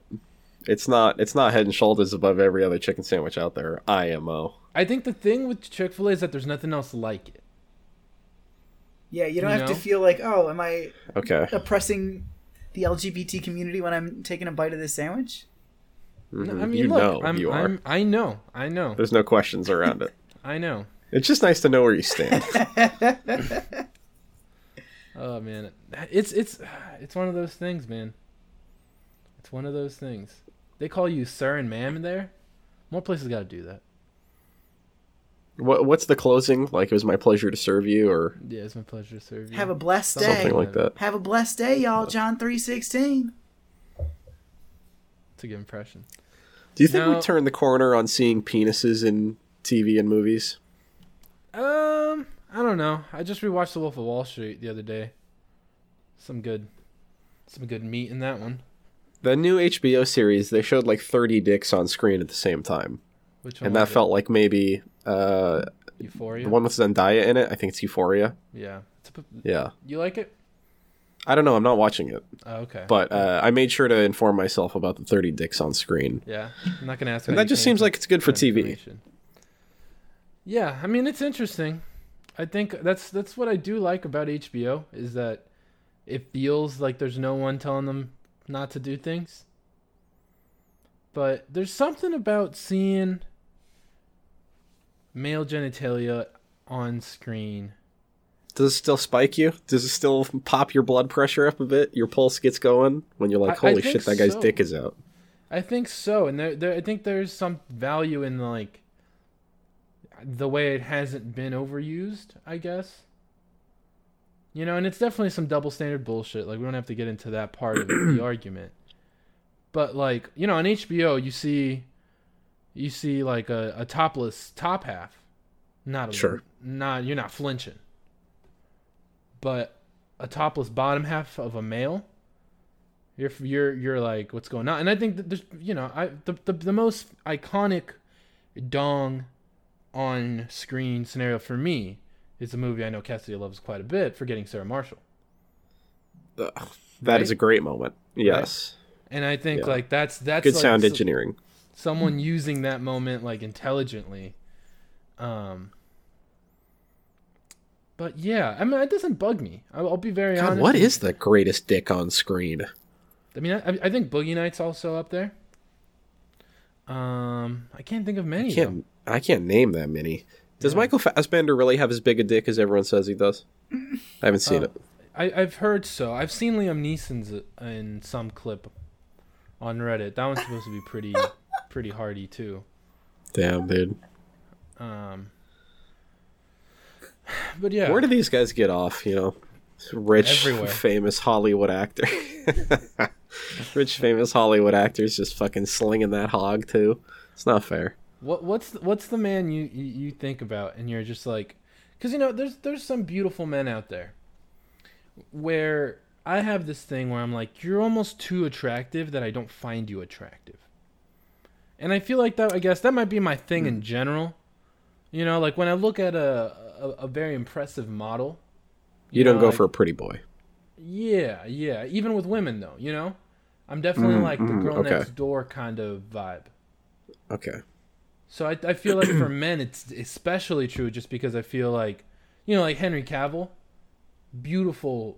it's not. It's not head and shoulders above every other chicken sandwich out there. IMO. I think the thing with Chick Fil A is that there's nothing else like it. yeah, you don't you have know? to feel like, oh, am I Okay. oppressing the LGBT community when I'm taking a bite of this sandwich? No, Mhm. I mean, you look, know I'm, you are. I'm, I know, I know, There's no questions around it. I know. It's just nice to know where you stand. Oh man, it's it's it's one of those things, man. It's one of those things. They call you sir and ma'am in there. More places got to do that. what, what's the closing? Like it was my pleasure to serve you, or Yeah, it's my pleasure to serve you. Have a blessed Something day. something like that. Have a blessed day, y'all. John three sixteen. it's a good impression. Do you think No. we turned the corner on seeing penises in TV and movies? Um, I don't know. I just rewatched The Wolf of Wall Street the other day. Some good, some good meat in that one. The new HBO series, they showed like 30 dicks on screen at the same time. Which one And was that it? felt like maybe uh, Euphoria. the one with Zendaya in it. I think it's Euphoria. Yeah, it's a, Yeah. you like it? I don't know. I'm not watching it. Oh, okay. But uh, I made sure to inform myself about the 30 dicks on screen. Yeah, I'm not gonna ask. And how that you just came seems to like it's good for that TV. information. Yeah, I mean it's interesting. I think that's that's what I do like about HBO is that it feels like there's no one telling them not to do things. But there's something about seeing male genitalia on screen. Does it still spike you? Does it still pop your blood pressure up a bit? Your pulse gets going when you're like, I- I holy think shit, that guy's so. dick is out. I think so, and there, there I think there's some value in like the way it hasn't been overused, I guess. You know, and it's definitely some double standard bullshit. Like we don't have to get into that part of the argument. But like, you know, on HBO you see you see like a, a topless top half. Not a, Sure. not you're not flinching. But a topless bottom half of a male, you're you're you're like, what's going on? And I think that there's, you know, I the, the the most iconic dong on screen scenario for me is a movie I know Cassidy loves quite a bit, Forgetting Sarah Marshall. Ugh, that Right? is a great moment. Yes. And I think Yeah. like that's that's Good like, sound so- engineering. someone using that moment like intelligently. Um but yeah, I mean, it doesn't bug me. I'll, I'll be very God, honest. what is the greatest dick on screen? I mean, I, I think Boogie Nights also up there. Um, I can't think of many. I of them. can't I can't name that many. Does Michael Fassbender really have as big a dick as everyone says he does? I haven't seen Uh, it. I, I've heard so. I've seen Liam Neeson's uh, in some clip on Reddit. That one's supposed to be pretty, pretty hardy too. Damn, dude. Um, but yeah, Where do these guys get off? You know, rich, Everywhere. famous Hollywood actor. rich, famous Hollywood actors just fucking slinging that hog too. It's not fair. What what's the, what's the man you, you you think about and you're just like, because you know there's there's some beautiful men out there, where I have this thing where I'm like you're almost too attractive that I don't find you attractive, and I feel like that I guess that might be my thing in general, you know like when I look at a a, a very impressive model, You don't know, go like- for a pretty boy. yeah yeah even with women though you know, I'm definitely like the mm, girl okay. next door kind of vibe. Okay. So I, I feel like for men it's especially true just because I feel like you know like Henry Cavill, beautiful,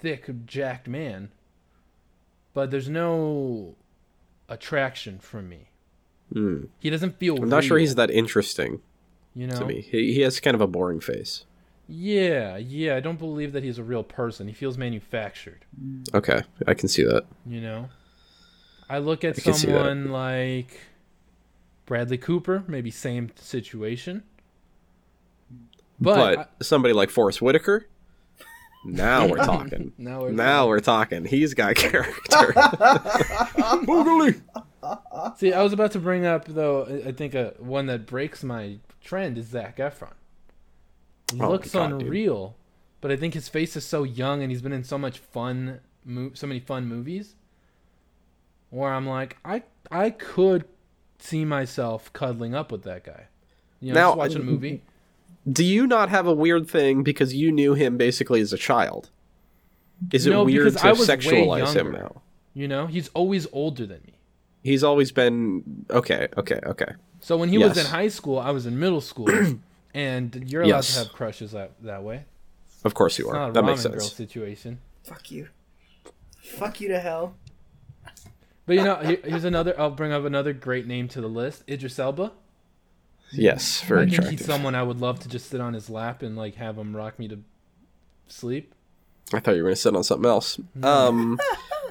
th- thick, jacked man, but there's no attraction from me. Hmm. He doesn't feel. I'm not sure real, he's that interesting you know. to me. He, he has kind of a boring face. Yeah, yeah. I don't believe that he's a real person. He feels manufactured. Okay, I can see that. You know. I look at I can see that. someone like Bradley Cooper, maybe same situation. But, I- somebody like Forrest Whitaker, now we're talking. now we're now we're talking. He's got character. Boogly. See, I was about to bring up though. I- I think a one that breaks my trend is Zach Efron. He Oh my looks God, dude. unreal, but I think his face is so young, and he's been in so much fun, mo- so many fun movies. Where I'm like, I I could see myself cuddling up with that guy. You know, Now- just watching a movie. Do you not have a weird thing because you knew him basically as a child? Is it No, weird because to I was way sexualize him younger. now? You know, he's always older than me. He's always been okay, okay, okay. So when he was Yes. in high school, I was in middle school, and you're allowed Yes. to have crushes that that way. Of course you It's not are. a That ramen makes girl sense. situation. Fuck you. Fuck you to hell. But you know, here- here's another. I'll bring up another great name to the list: Idris Elba. Yes, very I think attractive. he's someone I would love to just sit on his lap and like have him rock me to sleep. I thought you were going to sit on something else. Hmm. Um,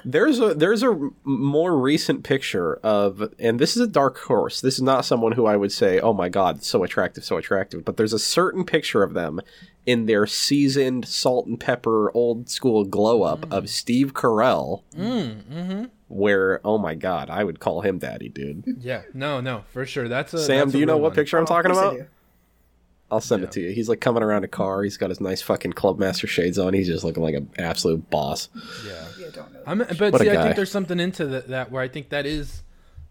there's a there's a m- more recent picture of, and this is a dark horse. This is not someone who I would say, oh my god, so attractive, so attractive. But there's a certain picture of them in their seasoned salt and pepper old school glow up of Steve Carell, Mm, mm-hmm. where oh my god, I would call him daddy, dude. Yeah. No. No. For sure. That's a. Sam, that's do a you know real what one. Oh, picture I'm Oh, Of talking course I about? do. I'll send Yeah. it to you. He's like coming around a car. He's got his nice fucking clubmaster shades on. He's just looking like an absolute boss. Yeah. Yeah, don't know. I'm, but What a see, I guy. think there's something into that, that where I think that is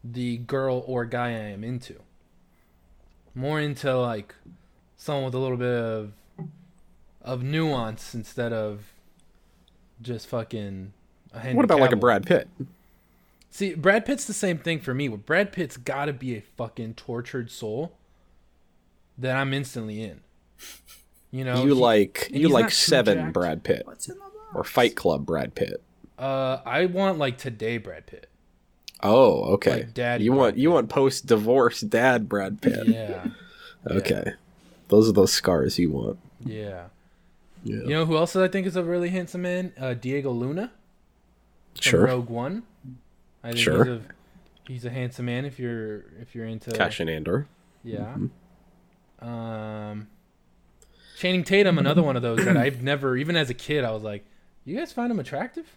the girl or guy I am into. More into like someone with a little bit of of nuance instead of just fucking. A Henry What about like a Cavill. Brad Pitt? See, Brad Pitt's the same thing for me. Well, Brad Pitt's got to be a fucking tortured soul that I'm instantly in. You know, you he- like and you he's like not too seven jacked. Brad Pitt What's in the box? or Fight Club Brad Pitt. Uh, I want like today Brad Pitt. Oh, okay. Like daddy you Brad want you want post divorce dad Brad Pitt. Yeah, Okay, those are those scars you want. yeah. Yeah, You know who else I think is a really handsome man? Uh, Diego Luna from sure. Rogue One. I think Sure. He's a, he's a handsome man if you're if you're into Cash and Andor. Yeah. Mm-hmm. Um, Channing Tatum, another one of those that I've never, even as a kid, I was like, you guys find him attractive?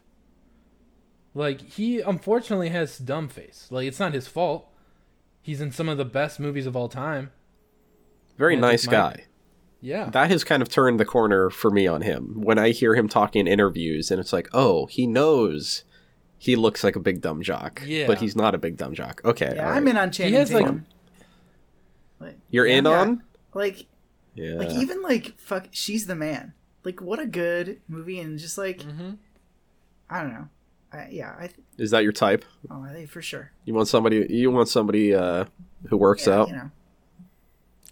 Like, he unfortunately has dumb face. Like, it's not his fault. He's in some of the best movies of all time. Very Magic nice Mike. guy. Yeah. that has kind of turned the corner for me on him. When I hear him talking in interviews, and it's like, oh, he knows he looks like a big dumb jock, Yeah. but he's not a big dumb jock. Okay, Yeah, all I'm right. in on Channing He has, like- Tatum. Like, You're in yeah. on. like Yeah. like even like fuck, she's the man. Like what a good movie and just like Mhm. I don't know. I, yeah, I th- Is that your type? oh I think for sure. You want somebody? You want somebody uh, who works Yeah, out? you know,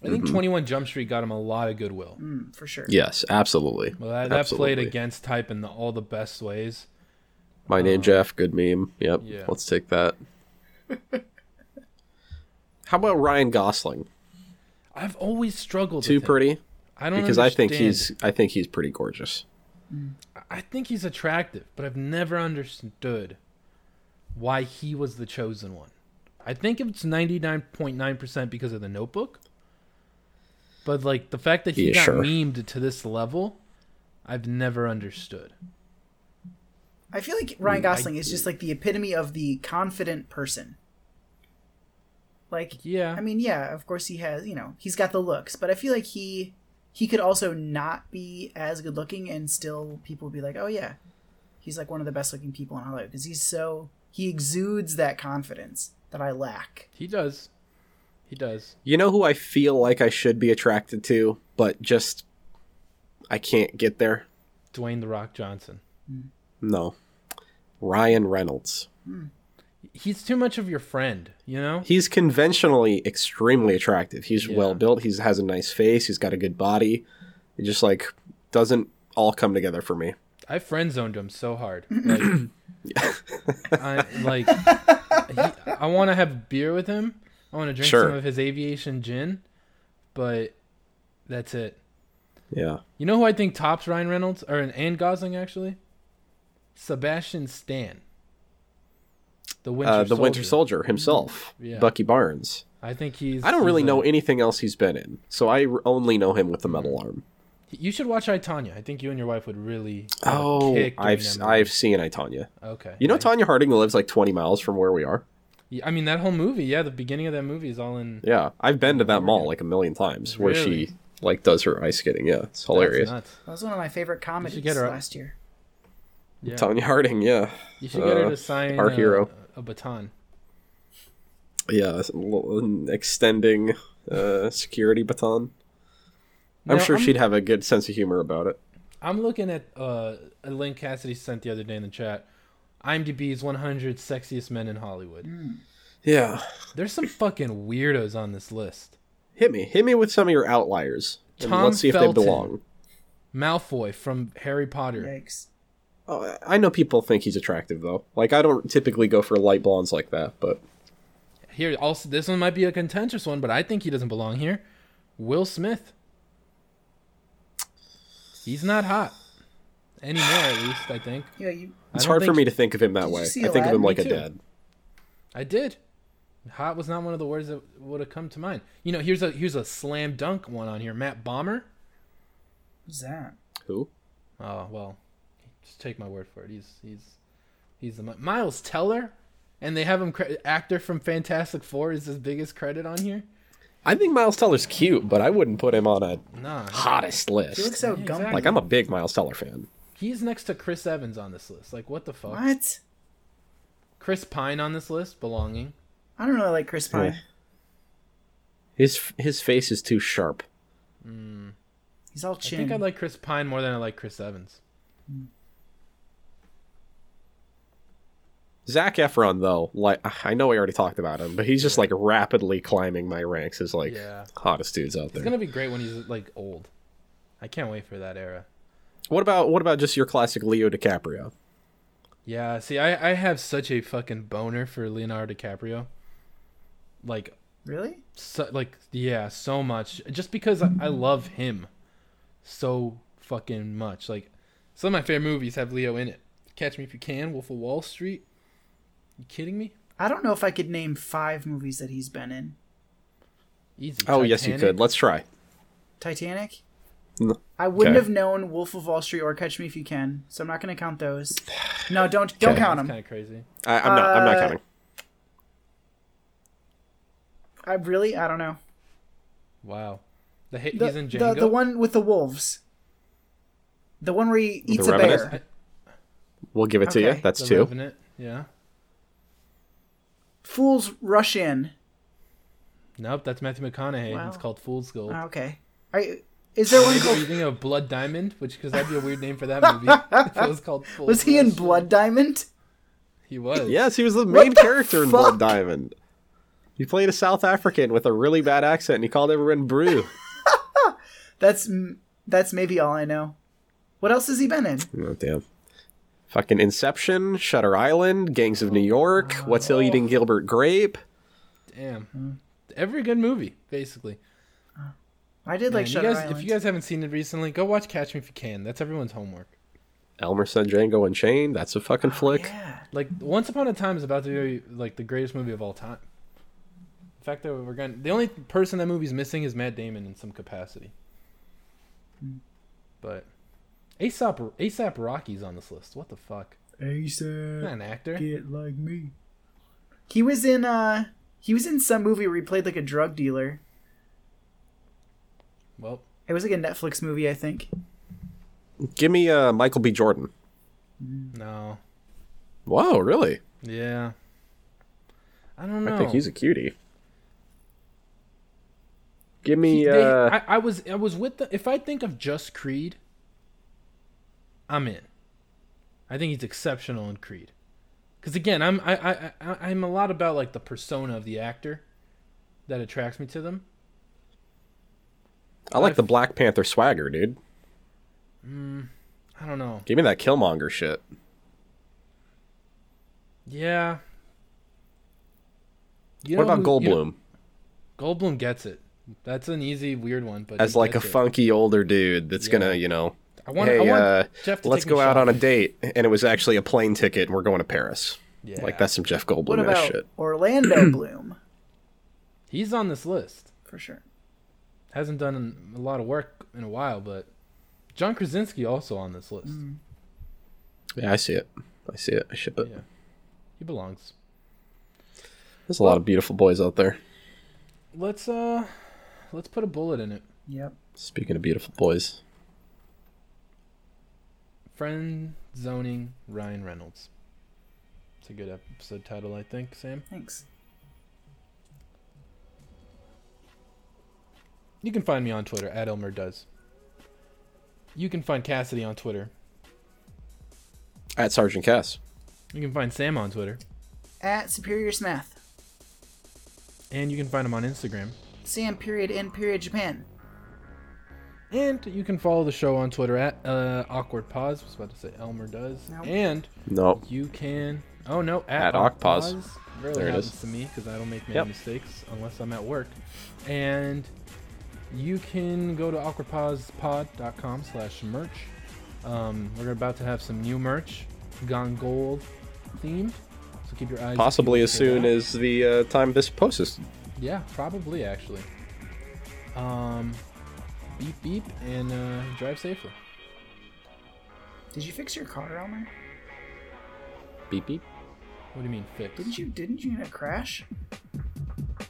I think Mm-hmm. 21 Jump Street got him a lot of goodwill. mm, for sure. Yes, absolutely. Well, that, that played Mm-hmm. Absolutely. against type in the, all the best ways. My name Jeff. Good meme. Yep. uh, yeah. Let's take that. How about Ryan Gosling? I've always struggled. Too with him. pretty I don't because I think understand. he's I think he's pretty gorgeous. I think he's attractive, but I've never understood why he was the chosen one. I think it's 99.9% because of the notebook. But like the fact that he Yeah, got sure. memed to this level, I've never understood. I feel like Ryan Gosling is just like the epitome of the confident person. Like Yeah. I mean, yeah, of course he has, you know, he's got the looks, but I feel like he he could also not be as good looking and still people would be like, "Oh yeah. He's like one of the best looking people in Hollywood because he's so he exudes that confidence that I lack." he does. He does. You know who I feel like I should be attracted to, but just I can't get there? Dwayne the Rock Johnson. No. Ryan Reynolds. He's too much of your friend, you know? He's conventionally extremely attractive. He's Yeah. well built, he has a nice face, he's got a good body. It just like doesn't all come together for me. I friend zoned him so hard. Like, I like he, I want to have beer with him. I want to drink Sure. some of his aviation gin, but that's it. Yeah. You know who I think tops Ryan Reynolds or and Gosling actually? Sebastian Stan. The Winter uh, the Soldier. Mm, Winter Soldier himself, Yeah. Bucky Barnes. I think he's. I don't really he's a- know anything else he's been in, so I r- only know him with the metal arm. You should watch I Tanya. I think you and your wife would really. get a Oh, kick during I've that s- movie. I've seen I Tanya. Okay. You know, I- Tanya Harding lives like 20 miles from where we are. I mean that whole movie. Yeah, the beginning of that movie is all in. Yeah, I've been to that mall like a million times where Really? she like does her ice skating. Yeah, it's That's hilarious. nuts. That was one of my favorite comedies get her- last year. Yeah. Tanya Harding, yeah, You should get her Uh, to sign our uh, hero. a baton. yeah, it's a little- extending uh, security baton. I'm Now, sure I'm- she'd have a good sense of humor about it. I'm looking at uh, a link Cassidy sent the other day in the chat. IMDb's 100 sexiest men in Hollywood. Yeah, There's some fucking weirdos on this list. hit me, hit me with some of your outliers. and Tom let's see if they Felton. belong. Malfoy from Harry Potter. Yikes. Oh, I know people think he's attractive though. Like I don't typically go for light blondes like that, but Here, also, this one might be a contentious one, but I think he doesn't belong here. Will Smith. He's not hot anymore, at least I think. Yeah, you it's don't hard for think- me to think of him that you way. I see think of Aladdin? him Me like a too. dad. I did. Hot was not one of the words that would have come to mind. You know, here's a here's a slam dunk one on here. Matt Bomber. who's that? Who? Oh well, just take my word for it. He's he's he's the mi- Miles Teller, and they have him cre- actor from Fantastic Four is his biggest credit on here. I think Miles Teller's cute, but I wouldn't put him on a Nah, hottest list. He looks so Yeah, gumpy. exactly. Like I'm a big Miles Teller fan. he's next to Chris Evans on this list. Like what the fuck? What? Chris Pine on this list, belonging. I don't really like Chris Pine. Yeah. His his face is too sharp. He's all I think I chin. like Chris Pine more than I like Chris Evans. Zach Efron though, like ah, I know we already talked about him, but he's just like rapidly climbing my ranks as like Yeah. hottest dudes out there. It's gonna be great when he's like old. I can't wait for that era. What about what about just your classic Leo DiCaprio? Yeah, see, I, I have such a fucking boner for Leonardo DiCaprio. Like, Really? so, like yeah, so much. Just because I, I love him so fucking much. Like, some of my favorite movies have Leo in it. Catch Me If You Can, Wolf of Wall Street. You kidding me? I don't know if I could name 5 movies that he's been in. Easy. Oh yes, you could. Titanic. Let's try. Titanic. No. I wouldn't Okay. have known Wolf of Wall Street or Catch Me If You Can, so I'm not going to count those. No, don't don't Okay. count That's them. kind of crazy. I, I'm not. I'm not Uh, counting. I really I don't know. Wow. The hit, The, he's in the, Django. the one with the wolves. The one where he eats a Revenant? bear. We'll give it to Okay. you. That's The two. Revenant, Yeah. Fools rush in. Nope, that's Matthew McConaughey. Wow. It's called Fool's Gold. Okay. Are you, is there one Are called? you thinking of Blood Diamond? Which, because that'd be a weird name for that movie. if it was called Fool's Was he in Rush. Blood Diamond? He was. Yes, he was the main the character in fuck? Blood Diamond. He played a South African with a really bad accent, and he called everyone Brew. That's m- that's maybe all I know. What else has he been in? oh damn! Fucking Inception, Shutter Island, Gangs of New York, What's Eating Gilbert Grape. Damn. Hmm. Every good movie, basically. I did Man, like you Shutter guys, Island. if you guys haven't seen it recently, go watch Catch Me If You Can. That's everyone's homework. Elmer Son Django Unchained. That's a fucking Oh, flick. yeah. Like Once Upon a Time is about to be like the greatest movie of all time. The fact that we're going to the only person that movie's missing is Matt Damon in some capacity. Hmm. But ASAP ASAP Rocky's on this list. What the fuck? He's Not an actor. like me. He was in uh he was in some movie where he played like a drug dealer. Well, It was like a Netflix movie, I think. Give me uh, Michael B. Jordan. no. Whoa, really? Yeah. I don't know. I think he's a cutie. Give me. They- uh, I, I was I was with the if I think of just Creed, I'm in. I think he's exceptional in Creed, because again I'm I, I, I I'm a lot about like the persona of the actor that attracts me to them. I like the Black Panther swagger, dude. I don't know. Give me that Killmonger shit. Yeah. You what know about who- you know- Goldblum Goldblum gets it. That's an easy weird one, but as he like a gets it. funky older dude that's Yeah. gonna, you know, I want, hey, I want uh, Jeff to let's take me go out on a shopping. date, and it was actually a plane ticket, and we're going to Paris. yeah. Like that's some Jeff What Goldblum ass about shit. Orlando Bloom? He's on this list. For sure. hasn't done a lot of work in a while, but John Krasinski also on this list. Yeah, I see it. I see it. I ship it. Yeah. He belongs. There's a lot of beautiful boys out there. Let's uh let's put a bullet in it. Yep. Speaking of beautiful boys, Friend zoning Ryan Reynolds. It's a good episode title, I think, Sam. Thanks. You can find me on Twitter at Elmer Does. You can find Cassidy on Twitter. at Sergeant Cass, You can find Sam on Twitter. At Superior Smath. And you can find him on Instagram. Sam period in period Japan. And you can follow the show on Twitter at uh, Awkward Pause. I was about to say Elmer Does. Nope. And no, You can. Oh no, at, At Ocpause. Ocpause. Really There it happens is. to me because I don't make many Yep. mistakes unless I'm at work. And you can go to awkwardpausepod.com slash merch. Um, we're about to have some new merch, gone gold themed. So keep your eyes. possibly peeled as for soon that. as the uh, time this post is. Yeah, probably actually. Um, beep beep and uh, drive safely. Did you fix your car, Elmer? Beep beep. What do you mean fix? Didn't you didn't you in a crash?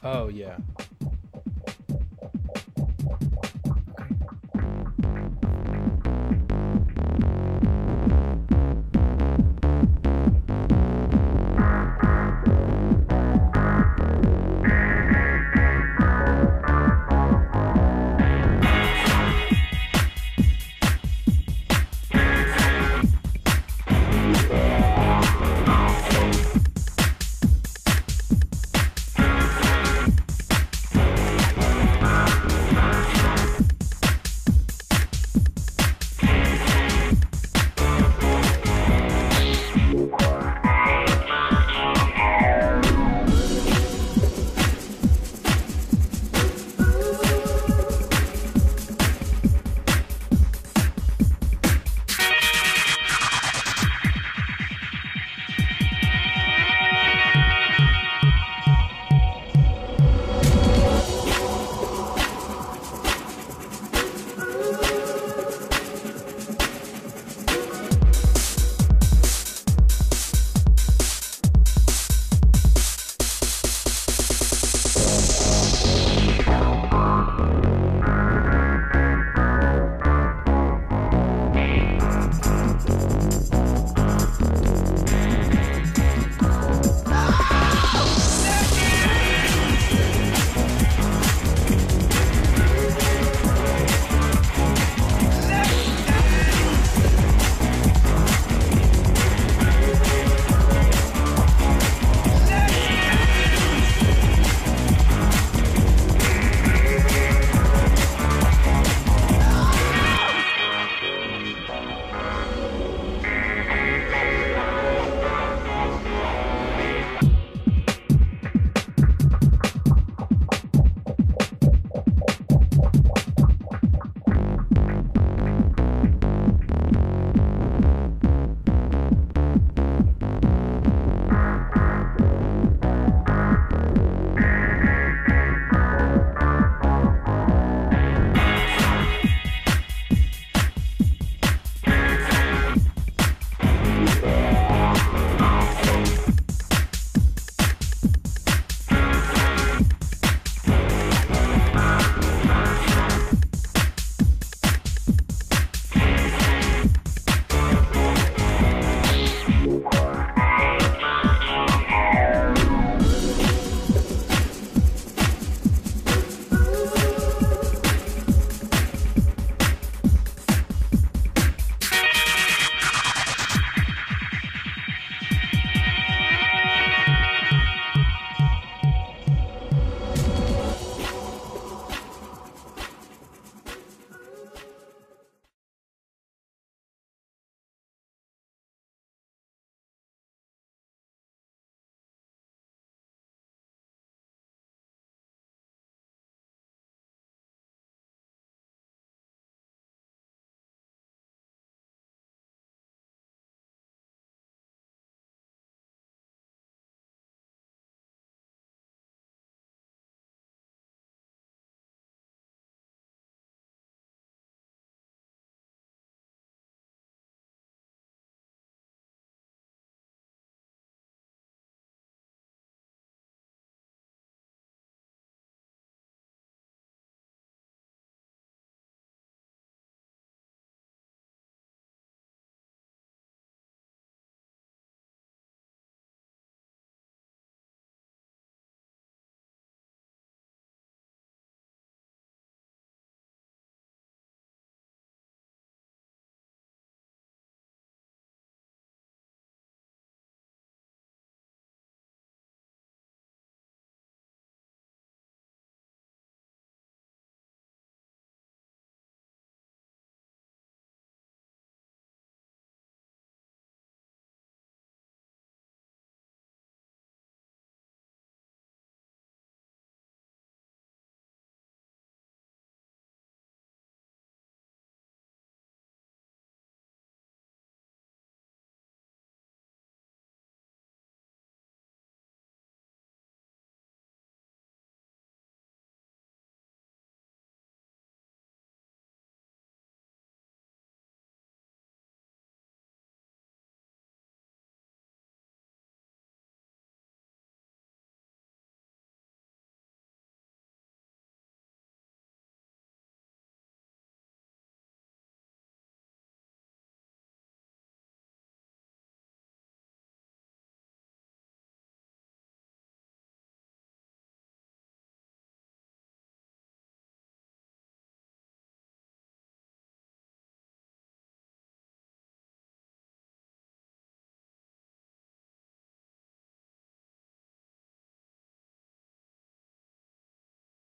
Oh yeah,